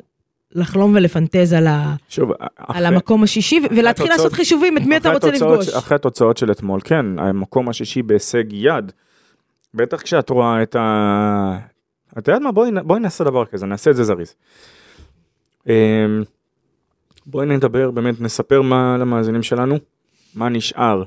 B: לחלום ולפנטז על, ה,
C: שוב,
B: על המקום השישי, ו- ולהתחיל
C: התוצאות-
B: לעשות חישובים, את מי אתה
C: אחרי
B: רוצה
C: התוצאות-
B: לפגוש.
C: אחרי התוצאות של אתמול, כן, המקום השישי בהישג יד. בטח כשאת רואה את ה... את יודעת מה? בואי נ- בואי נעשה דבר כזה, נעשה את זה זריז. אמ, בואי נדבר, באמת נספר מה למאזינים שלנו, מה נשאר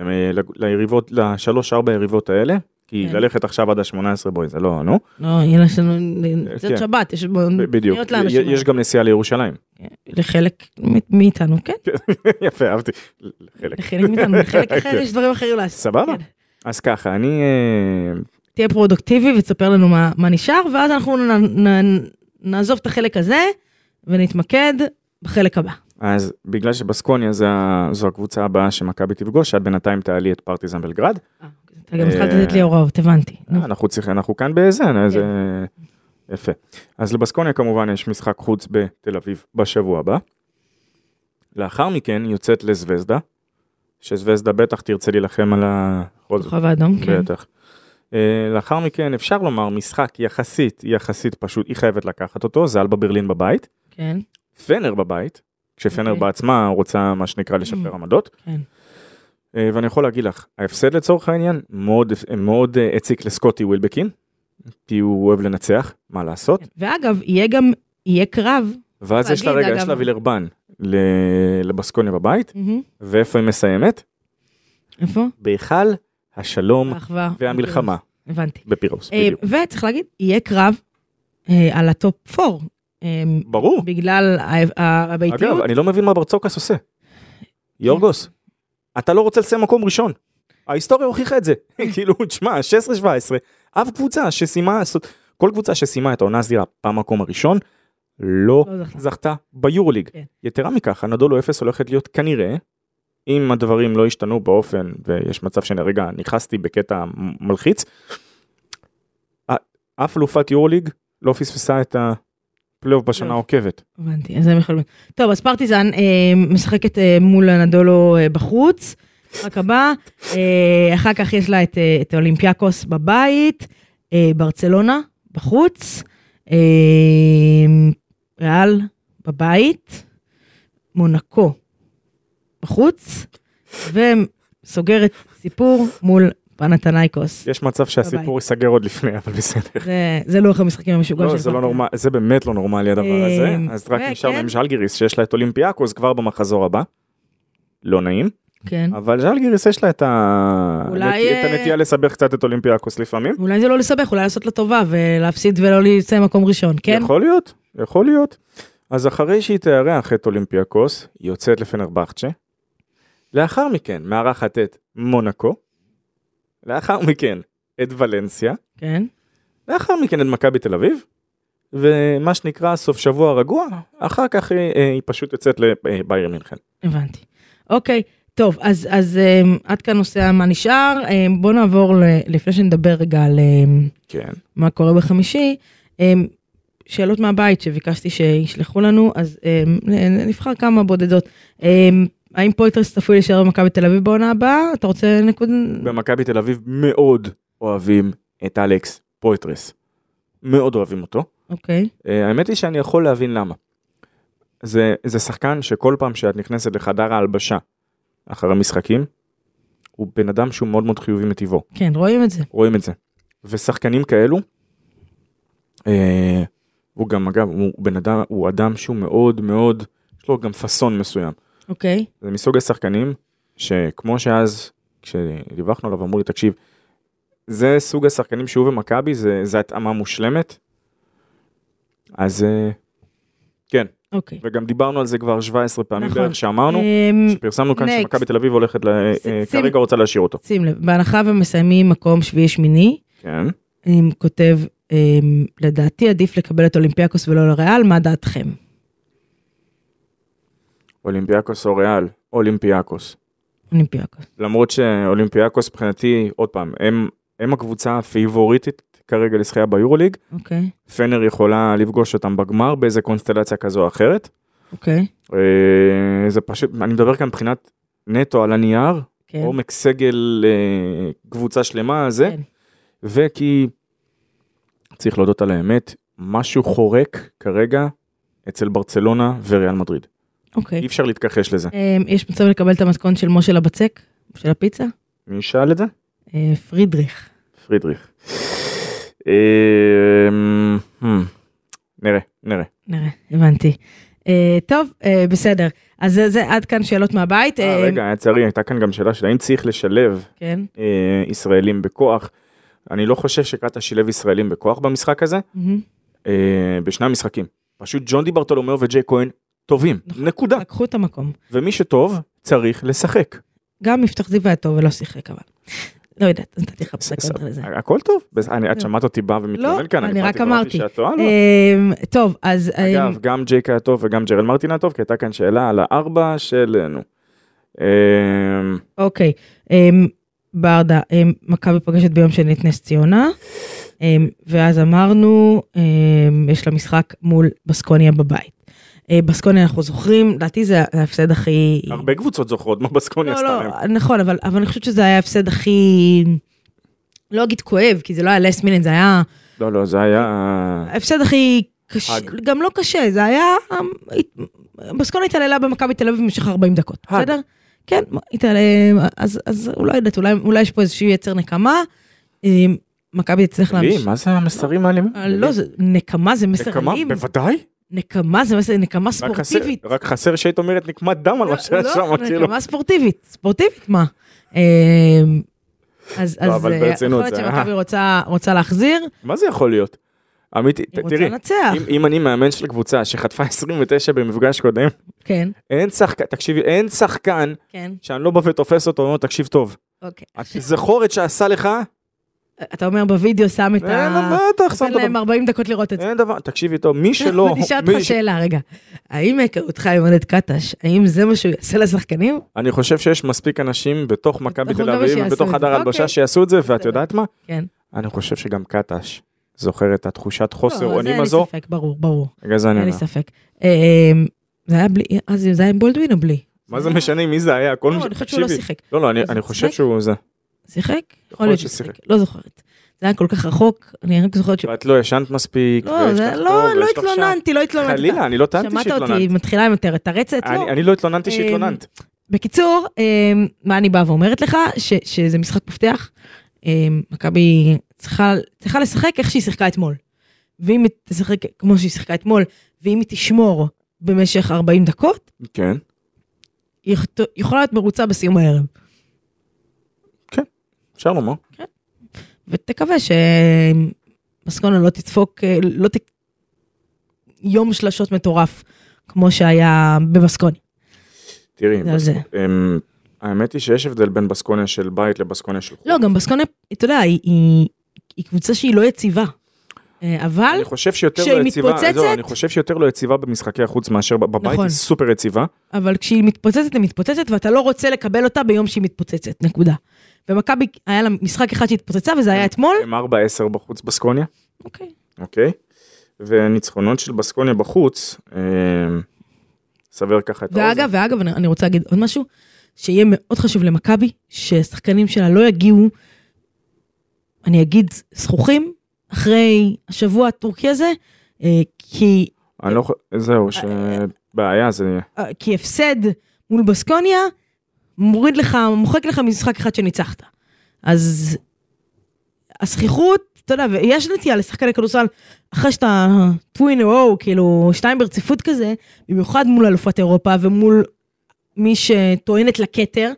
C: אמ, ל- ליריבות, לשלוש ארבע יריבות האלה, כי
B: כן.
C: ללכת עכשיו עד ה-18 בואי זה לא, נו,
B: לא, יהיה לנו,
C: כן.
B: זאת שבת, יש
C: ב- בדיוק,
B: פניות לאנשים.
C: יש גם נסיעה לירושלים, <laughs>
B: לחלק מ- מאיתנו, כן,
C: יפה אהבתי,
B: <laughs>
C: חלק.
B: לחלק מאיתנו, לחלק אחר
C: <laughs> כן.
B: יש דברים אחרים לעשות.
C: סבבה.
B: כן.
C: אז ככה, אני אה,
B: תהיה פרודוקטיבי ותספר לנו מה- מה נשאר, ואז אנחנו נ- נ- נעזוב את החלק הזה ונתמקד בחלק הבא.
C: אז בגלל שבסקוניה זה, ה- זו הקבוצה הבאה שמכבי תפגוש, את בינתיים תעלי את פרטיזן בלגרד.
B: אתה גם
C: אה,
B: התחלת לתת לי הוראות, הבנתי. נו.
C: אה, כן. אנחנו צריכים, אנחנו כאן באיזה, איזה... יפה. אז לבסקוניה כמובן יש משחק חוץ בתל אביב בשבוע הבא. לאחר מכן יוצאת לזווזדה, שזווזדה בטח תרצה להילחם על ה... בכל זאת,
B: כוכב האדום, כן.
C: בטח. אה, לאחר מכן אפשר לומר משחק יחסית, יחסית פשוט, היא חייבת לקחת אותו, זה אלבה ברלין בבית,
B: כן,
C: פנר בבית, כשפנר
B: אוקיי.
C: בעצמה רוצה מה שנקרא לשפר עמדות.
B: כן.
C: אה, ואני יכול להגיד לך, ההפסד לצורך העניין מאוד, מאוד אה, הציק לסקוטי ווילבקין, כי הוא אוהב לנצח, מה לעשות,
B: ואגב, יהיה גם, יהיה קרב.
C: ואז יש לה
B: כן. להגיד,
C: רגע, יש
B: אגב-
C: לה וילרבן ל- לבסקוניה בבית,
B: מהמם.
C: ואיפה היא מסיימת?
B: איפה?
C: בהיכל השלום
B: האחווה.
C: והמלחמה
B: הבנתי.
C: בפירוס,
B: אוקיי. אה,
C: בדיוק.
B: וצריך להגיד, יהיה קרב אה, על הטופ 4. אה,
C: ברור,
B: בגלל ה- ה-
C: אגב,
B: הביתיות.
C: אני לא מבין מה ברצוקס עושה. יורגוס, אתה לא רוצה לסיים מקום ראשון. ההיסטוריה הוכיחה את זה. <laughs> כאילו, תשמע, 16-17, אף קבוצה שסיימה, זאת- כל קבוצה שסיימה את העונה הסדירה במקום הראשון, לא
B: לא זכתה.
C: זכתה ביורוליג.
B: כן.
C: יתרה מכך, הנדולו 0 הולכת להיות כנראה, אם הדברים לא ישתנו באופן, ויש מצב שאני רגע ניכסתי בקטע מ- מלחיץ, א- אף אלופת יורוליג לא פספסה את הפלייאוף בשנה
B: לא.
C: העוקבת.
B: הבנתי, אז הם יכולים. טוב, אז פרטיזן אה, משחקת אה, מול הנדולו אה, בחוץ, רק הבא, אה, אחר כך יש לה את, אה, את אולימפיאקוס בבית, אה, ברצלונה בחוץ, אה, ריאל בבית, מונקו בחוץ, וסוגרת סיפור מול פנתנייקוס.
C: יש מצב
B: בבית.
C: שהסיפור ייסגר עוד לפני, אבל
B: <laughs>
C: בסדר.
B: זה, זה לוח המשחקים המשוגע
C: לא,
B: של
C: זה לא
B: פרטיזן.
C: נורמלי, זה באמת לא נורמלי הדבר
B: אה,
C: הזה. אז רק
B: וכן.
C: נשאר עם ז'לגיריס שיש לה את אולימפיאקוס כבר במחזור הבא. לא נעים,
B: כן.
C: אבל ז'לגיריס יש לה את ה-
B: אולי,
C: את
B: אה,
C: הנטייה לסבך קצת את אולימפיאקוס לפעמים.
B: אולי זה לא לסבך, אולי לעשות לה טובה ולהפסיד ולא להיצא מקום ראשון, כן?
C: יכול להיות, יכול להיות. אז אחרי שהיא תארח את אולימפיאקוס, היא יוצאת לפנרבחצ'ה. לאחר מכן מארחת את מונקו. לאחר מכן את ולנסיה.
B: כן.
C: לאחר מכן את מכבי תל אביב. ומה שנקרא סוף שבוע רגוע, אחר כך אה, אה, היא פשוט יוצאת לבייר מינכן.
B: הבנתי. אוקיי, טוב, אז, אז אמ, עד כאן נושא מה נשאר. אמ, בוא נעבור, ל, לפני שנדבר רגע על אמ,
C: כן.
B: מה קורה בחמישי, אמ, שאלות מהבית שביקשתי שישלחו לנו, אז אמ, נ- נבחר כמה בודדות. אמ, האם פויטרס צפוי להישאר במכבי תל אביב בעונה הבאה? אתה רוצה נקוד...
C: במכבי תל אביב מאוד אוהבים את אלכס פויטרס. מאוד אוהבים אותו.
B: אוקיי.
C: אה, האמת היא שאני יכול להבין למה. זה, זה שחקן שכל פעם שאת נכנסת לחדר ההלבשה אחרי משחקים, הוא בן אדם שהוא מאוד מאוד חיובי מטבעו,
B: כן, רואים את זה.
C: רואים את זה. ושחקנים כאלו, אה, הוא גם, אגב, הוא בן אדם, הוא אדם שהוא מאוד מאוד, יש לו גם פאסון מסוים.
B: אוקיי.
C: זה מסוג השחקנים שכמו שאז כשדיווחנו עליו אמרו לי תקשיב זה סוג השחקנים שהוא ומכבי זה, זה התאמה מושלמת. אז אה, כן
B: אוקיי.
C: וגם דיברנו על זה כבר 17 פעמים
B: נכון.
C: בערך שאמרנו
B: אמ,
C: שפרסמנו כאן
B: next.
C: שמכבי תל אביב הולכת ל... אה,
B: שים-
C: כרגע רוצה להשאיר אותו.
B: שים לב, בהנחה ומסיימים מקום שביעי-שמיני,
C: כן.
B: אמ, כותב, אמ, לדעתי עדיף לקבל את אולימפיאקוס ולא לריאל, מה דעתכם?
C: אולימפיאקוס או ריאל אולימפיאקוס
B: אולימפיאקוס.
C: למרות שאולימפיאקוס מבחינתי עוד פעם הם הם הקבוצה הפיבוריטית כרגע לשחייה ביורוליג
B: אוקיי,
C: פנר יכולה לפגוש אותם בגמר באיזה קונסטלציה כזו או אחרת.
B: אוקיי,
C: אה, זה פשוט, אני מדבר כאן מבחינת נטו על הנייר,
B: כן.
C: עומק סגל אה, קבוצה שלמה זה,
B: כן.
C: וכי צריך להודות על האמת, משהו חורק כרגע אצל ברצלונה וריאל מדריד.
B: אוקיי.
C: אי אפשר להתכחש לזה.
B: אמ, יש מצב לקבל את המתכון של משה לבצק? של הפיצה?
C: מי שאל את זה?
B: אה, פרידריך.
C: פרידריך. אה, hmm, נראה, נראה.
B: נראה, הבנתי. אה, טוב, אה, בסדר. אז זה- זה עד כאן שאלות מהבית.
C: אה,
B: אה,
C: רגע, היה צערי, הייתה כאן גם שאלה של האם צריך לשלב
B: כן.
C: אה, ישראלים בכוח. אני לא חושב שקאטה שילב ישראלים בכוח במשחק הזה,
B: מהמם.
C: אה, בשני המשחקים. פשוט ג'ון די ברטולומיאו וג'יי כהן טובים,
B: נכון.
C: נקודה.
B: לקחו את המקום.
C: ומי שטוב צריך לשחק.
B: גם מפתח זיו היה טוב ולא שיחק אבל. לא יודעת, נתתי לך
C: ס-
B: פסק
C: ס-
B: לזה.
C: הכל טוב, בס- אני- את שמעת אותי בא
B: לא,
C: ומתלונן כאן,
B: אני רק
C: באתי ואמרתי
B: אמרתי.
C: שאת טועה, לא.
B: אמ, טוב, אז... אמ,
C: אגב, גם ג'ייק היה טוב וגם ג'רל מרטין היה טוב, כי הייתה כאן שאלה על הארבע של... נו. אמ,
B: אוקיי, אמ, ברדה, אמ, מכבי פוגשת ביום שני את נס ציונה, אמ, ואז אמרנו, אמ, יש לה משחק מול בסקוניה בבית. אה, בסקוניה אנחנו זוכרים, לדעתי זה ההפסד הכי...
C: הרבה קבוצות זוכרות מה בסקוניה
B: לא,
C: עשתה
B: לא,
C: להם.
B: נכון, אבל, אבל אני חושבת שזה היה ההפסד הכי... לא אגיד כואב, כי זה לא היה last minute, זה היה
C: לא, לא, זה היה...
B: ההפסד הכי קשה,
C: האג.
B: גם לא קשה, זה היה... בסקונה התעללה במכבי תל אביב במשך 40 דקות,
C: האג.
B: בסדר? כן, התעלה... אז, אז אולי יודעת, אולי, אולי יש פה איזשהו יצר נקמה, אה, מכבי תצטרך
C: לי,
B: להמשיך.
C: מה זה המסרים האלימים?
B: אה, לא, זה, נקמה זה מסר
C: נקמה?
B: אלים,
C: בוודאי.
B: נקמה זה מסר, נקמה
C: רק חסר-
B: ספורטיבית.
C: רק חסר שהיית אומרת נקמת דם על מה שהיה
B: לא,
C: שם,
B: לא,
C: כאילו.
B: נקמה ספורטיבית, ספורטיבית מה? אה, אז,
C: לא,
B: אז
C: אבל
B: אה,
C: ברצינות,
B: יכול
C: זה-
B: להיות שמכבי רוצה, רוצה להחזיר,
C: מה זה יכול להיות? אמיתי, ת-
B: היא רוצה
C: תראי,
B: לנצח,
C: אם, אם אני מאמן של קבוצה שחטפה 29 במפגש קודם,
B: כן,
C: אין שחקן, תקשיבי, אין שחקן
B: כן,
C: שאני לא בא ותופס אותו ואומר, לו, תקשיב טוב,
B: אוקיי. <laughs>
C: את- זכור את שעשה לך,
B: אתה אומר בווידאו שם את
C: אין
B: ה...
C: לו בטח, שם
B: נותן
C: אותו,
B: להם 40 דקות לראות את זה.
C: אין דבר, תקשיבי טוב,
B: <laughs>
C: מי שלא,
B: נשאל
C: מי
B: אותך
C: ש-
B: שאלה, רגע. האם היכרותך עם עודד קטש, האם זה מה שהוא יעשה לשחקנים?
C: אני חושב שיש מספיק אנשים בתוך מכבי
B: בתוך
C: תל
B: מכבי
C: אביב,
B: לא שיעשו
C: בתוך
B: את
C: חדר
B: זה.
C: הלבשה
B: אוקיי.
C: שיעשו את זה, ואת
B: בסדר.
C: יודעת מה?
B: כן.
C: אני חושב שגם קטש זוכר את התחושת חוסר
B: לא, זה
C: אונים
B: אין לי
C: הזו,
B: ספק, ברור, ברור.
C: בגלל זה אני לא.
B: אין לי
C: אומר,
B: ספק. אה, זה היה בלי, אז זה היה עם בולדווין או בלי?
C: מה זה משנה מי זה היה, הכל,
B: לא,
C: מש-
B: אני חושבת שהוא לא
C: תקשיבי,
B: שיחק.
C: לא, לא, אני
B: אז הוא
C: אני חושב
B: צודק.
C: שהוא זה,
B: שיחק? יכול
C: יכול
B: להיות
C: להיות
B: ששיחק.
C: ששיחק.
B: לא זוכרת. זה היה כל כך רחוק, אני רק זוכרת ש...
C: ואת לא ישנת מספיק,
B: לא,
C: ויש
B: זה-
C: לך טוב,
B: לא לא
C: ויש לך שם.
B: התלוננתי, לא התלוננתי.
C: חלילה, אני לא טענתי
B: שמעת
C: שהתלוננת.
B: אותי מתחילה עם הטרצת? לא.
C: אני, אני לא התלוננתי שהתלוננת.
B: בקיצור, אמ, מה אני באה ואומרת לך? ש, שזה משחק מפתח. אמ, מכבי צריכה, צריכה לשחק איך שהיא שיחקה אתמול. ואם היא תשחק כמו שהיא שיחקה אתמול, ואם היא תשמור במשך 40 דקות,
C: כן.
B: היא יכת- יכולה להיות מרוצה בסיום הערב.
C: אפשר לומר.
B: ותקווה שמסקונה לא תדפוק, אה, לא ת... יום שלשות מטורף, כמו שהיה בבסקוני.
C: תראי,
B: זה על זה.
C: אמ, האמת היא שיש הבדל בין בסקוניה של בית לבסקוניה של חוץ.
B: לא, גם בסקונה, אתה יודע, היא, היא, היא קבוצה שהיא לא יציבה. אה, אבל...
C: אני חושב שיותר
B: כשהיא
C: לא יציבה,
B: מתפוצצת-
C: לא, אני חושב שיותר לא יציבה במשחקי החוץ מאשר בב- בבית,
B: נכון.
C: היא סופר יציבה.
B: אבל כשהיא מתפוצצת, היא מתפוצצת, ואתה לא רוצה לקבל אותה ביום שהיא מתפוצצת, נקודה. ומכבי, היה לה משחק אחד שהתפוצצה, וזה היה אתמול.
C: הם 4-10 בחוץ בסקוניה,
B: אוקיי.
C: אוקיי? והניצחונות של בסקוניה בחוץ, אמ, סבר ככה את
B: ואגב, ואגב, אני אני רוצה להגיד עוד משהו, שיהיה מאוד חשוב למכבי, שהשחקנים שלה לא יגיעו, אני אגיד, זכוכים, אחרי השבוע הטורקי הזה, אה, כי,
C: אני לא יכול- זהו, שבעיה זה...
B: אה, כי הפסד מול בסקוניה, מוריד לך, מוחק לך משחק אחד שניצחת. אז הזכיחות, אתה יודע, ויש נטייה לשחקני כדורסל, אחרי שאתה טווין או או, כאילו, שתיים ברציפות כזה, במיוחד מול אלופת אירופה ומול מי שטוענת לכתר,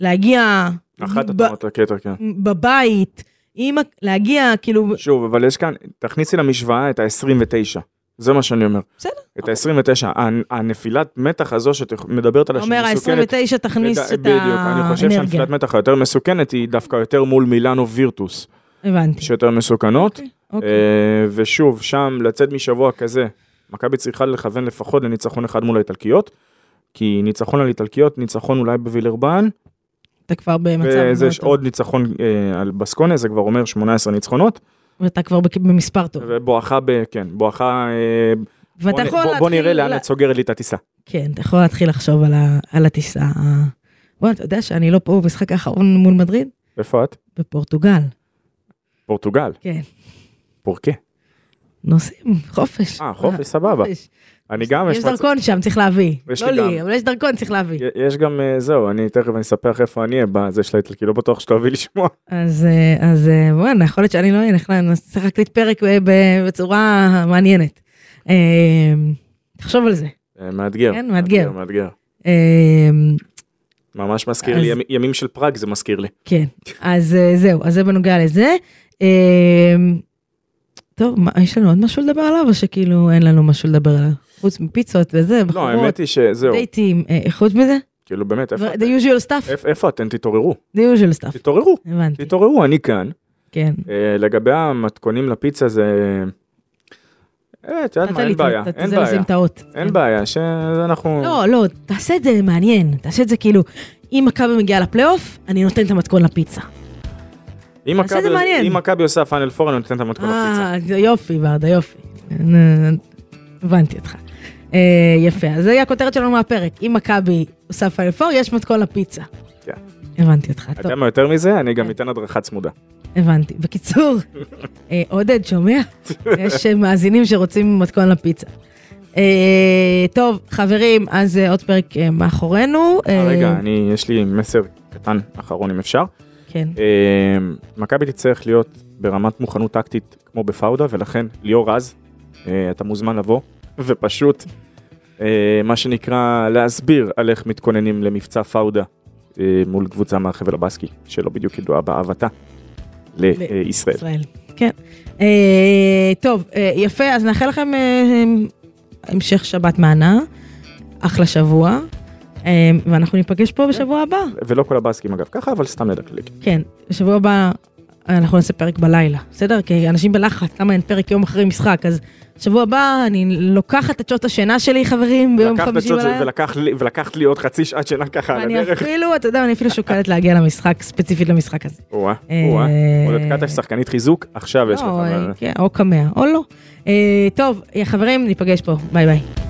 B: להגיע
C: אחת
B: ב-
C: התנועות הקטע, כן.
B: בבית, עם, ה- להגיע, כאילו,
C: שוב, אבל יש כאן, תכניסי למשוואה את ה-29. זה מה שאני אומר.
B: בסדר.
C: את ה-29, הנ- הנפילת מתח הזו שאת מדברת עליה,
B: אתה אומר,
C: שהיא מסוכנת,
B: ה-29 תכניס
C: בד-
B: את
C: בדיוק, אני חושב
B: האנרגיה.
C: שהנפילת מתח היותר מסוכנת היא דווקא יותר מול מילאנו וירטוס,
B: הבנתי.
C: שיותר מסוכנות.
B: אוקיי.
C: אה, ושוב, שם לצאת משבוע כזה, מכבי צריכה לכוון לפחות לניצחון אחד מול האיטלקיות, כי ניצחון על איטלקיות, ניצחון אולי בווילרבן,
B: אתה כבר במצב...
C: וזה
B: מאוד
C: יש
B: טוב.
C: עוד ניצחון אה, על בסקונה, זה כבר אומר 18 ניצחונות,
B: ואתה כבר בק- במספר טוב.
C: ובואכה, ב- כן, בואכה, אה, בוא
B: ואתה
C: נ-
B: יכול להתחיל...
C: בוא- בוא נראה
B: ל-
C: לאן את סוגרת לי את הטיסה.
B: כן, אתה יכול להתחיל לחשוב על ה- על הטיסה. ה- בוא'נה, אתה יודע שאני לא פה במשחק האחרון מול מדריד?
C: איפה את?
B: בפורטוגל.
C: פורטוגל,
B: כן.
C: פורקה.
B: נוסעים, חופש.
C: אה, חופש, סבבה.
B: חופש.
C: אני גם,
B: יש
C: יש מצב-
B: דרכון שם, צריך להביא.
C: יש
B: לא
C: לי
B: לי,
C: גם.
B: אבל יש דרכון, צריך להביא.
C: יש גם, אה, זהו, אני תכף אני אספר לך איפה אני אהיה בזה של האיטלקי, לא בטוח שתאהבי לשמוע.
B: אז אה, אז, אה, וואלה, יכול להיות שאני לא אהיה נחלן, אז צריך להקליט פרק אה, ב- בצורה מעניינת. אה, תחשוב על זה.
C: אה, מאתגר.
B: כן, מאתגר.
C: מאתגר.
B: אה,
C: ממש מזכיר
B: אז-
C: לי, ימי- ימים של פראג זה מזכיר לי. לא,
B: כן, אז אה, זהו, אז זה בנוגע לזה. אה, טוב, מה, יש לנו עוד משהו לדבר עליו, או שכאילו אין לנו משהו לדבר עליו? חוץ מפיצות וזה,
C: לא,
B: בחורות,
C: האמת היא שזהו,
B: דייטים, אה, חוץ מזה?
C: כאילו באמת, איפה
B: The
C: אתם?
B: usual stuff?
C: איפ- איפה אתם? תתעוררו,
B: The usual stuff,
C: תתעוררו,
B: הבנתי,
C: תתעוררו, אני כאן.
B: כן.
C: אה, לגבי המתכונים לפיצה זה... אה, את יודעת
B: נתת לי
C: מה, אין
B: את-
C: בעיה,
B: את- את
C: אין
B: זה לשים
C: בעיה,
B: את האות.
C: אין בעיה, שאנחנו...
B: כן. לא, לא, תעשה את זה מעניין, תעשה את זה כאילו, אם מכבי מגיעה לפלייאוף, אני נותן את המתכון לפיצה.
C: אם
B: תעשה את זה
C: מכבי-
B: מעניין.
C: אם מכבי עושה פאנל פור, אני נותן את המתכון לפיצה.
B: אה, זה יופי, ורדה, יופי. נ- הבנתי אותך. אה, יפה, אז זה היא הכותרת שלנו מהפרק. אם מכבי עושה פיינל פור, יש מתכון לפיצה.
C: כן.
B: הבנתי אותך,
C: אתה
B: טוב,
C: יודע מה יותר מזה? אני גם
B: כן.
C: אתן הדרכה צמודה.
B: הבנתי.
C: <laughs>
B: בקיצור, אה, עודד, שומע? יש אה, מאזינים שרוצים מתכון לפיצה. אה, טוב, חברים, אז אה, עוד פרק אה, מאחורינו.
C: אה,
B: אה,
C: רגע, אני, יש לי מסר קטן אחרון אם אפשר.
B: כן,
C: אה, מכבי תצטרך להיות ברמת מוכנות טקטית כמו בפאודה, ולכן ליאור רז, אה, אתה מוזמן לבוא, ופשוט, אה, מה שנקרא, להסביר על איך מתכוננים למבצע פאודה אה, מול קבוצה מהחבל הבאסקי, שלא בדיוק ידועה באהבתה אה, לישראל.
B: ישראל. כן. אה, טוב, אה, יפה, אז נאחל לכם אה, המשך שבת מהנה, אחלה שבוע, אה, ואנחנו ניפגש פה בשבוע הבא.
C: ולא כל הבאסקים אגב ככה, אבל סתם לדקליק.
B: כן, בשבוע הבא אנחנו נעשה פרק בלילה, בסדר? כי אנשים בלחץ, למה אין פרק יום אחרי משחק? אז שבוע הבא אני לוקחת את שעות השינה שלי, חברים, ביום
C: לקחת את
B: חמישי
C: שוט זה-
B: בלילה.
C: ולקח לי- ולקחת לי עוד חצי שעת שינה ככה על
B: ואני
C: הדרך.
B: אפילו, אתה יודע, אני אפילו שוקלת להגיע למשחק, ספציפית למשחק הזה.
C: או-אה,
B: אה,
C: או-אה. עוד התקעת שחקנית חיזוק, עכשיו יש לך.
B: או, אה, כן, או קמע, או לא. אה, טוב, חברים, ניפגש פה, ביי ביי.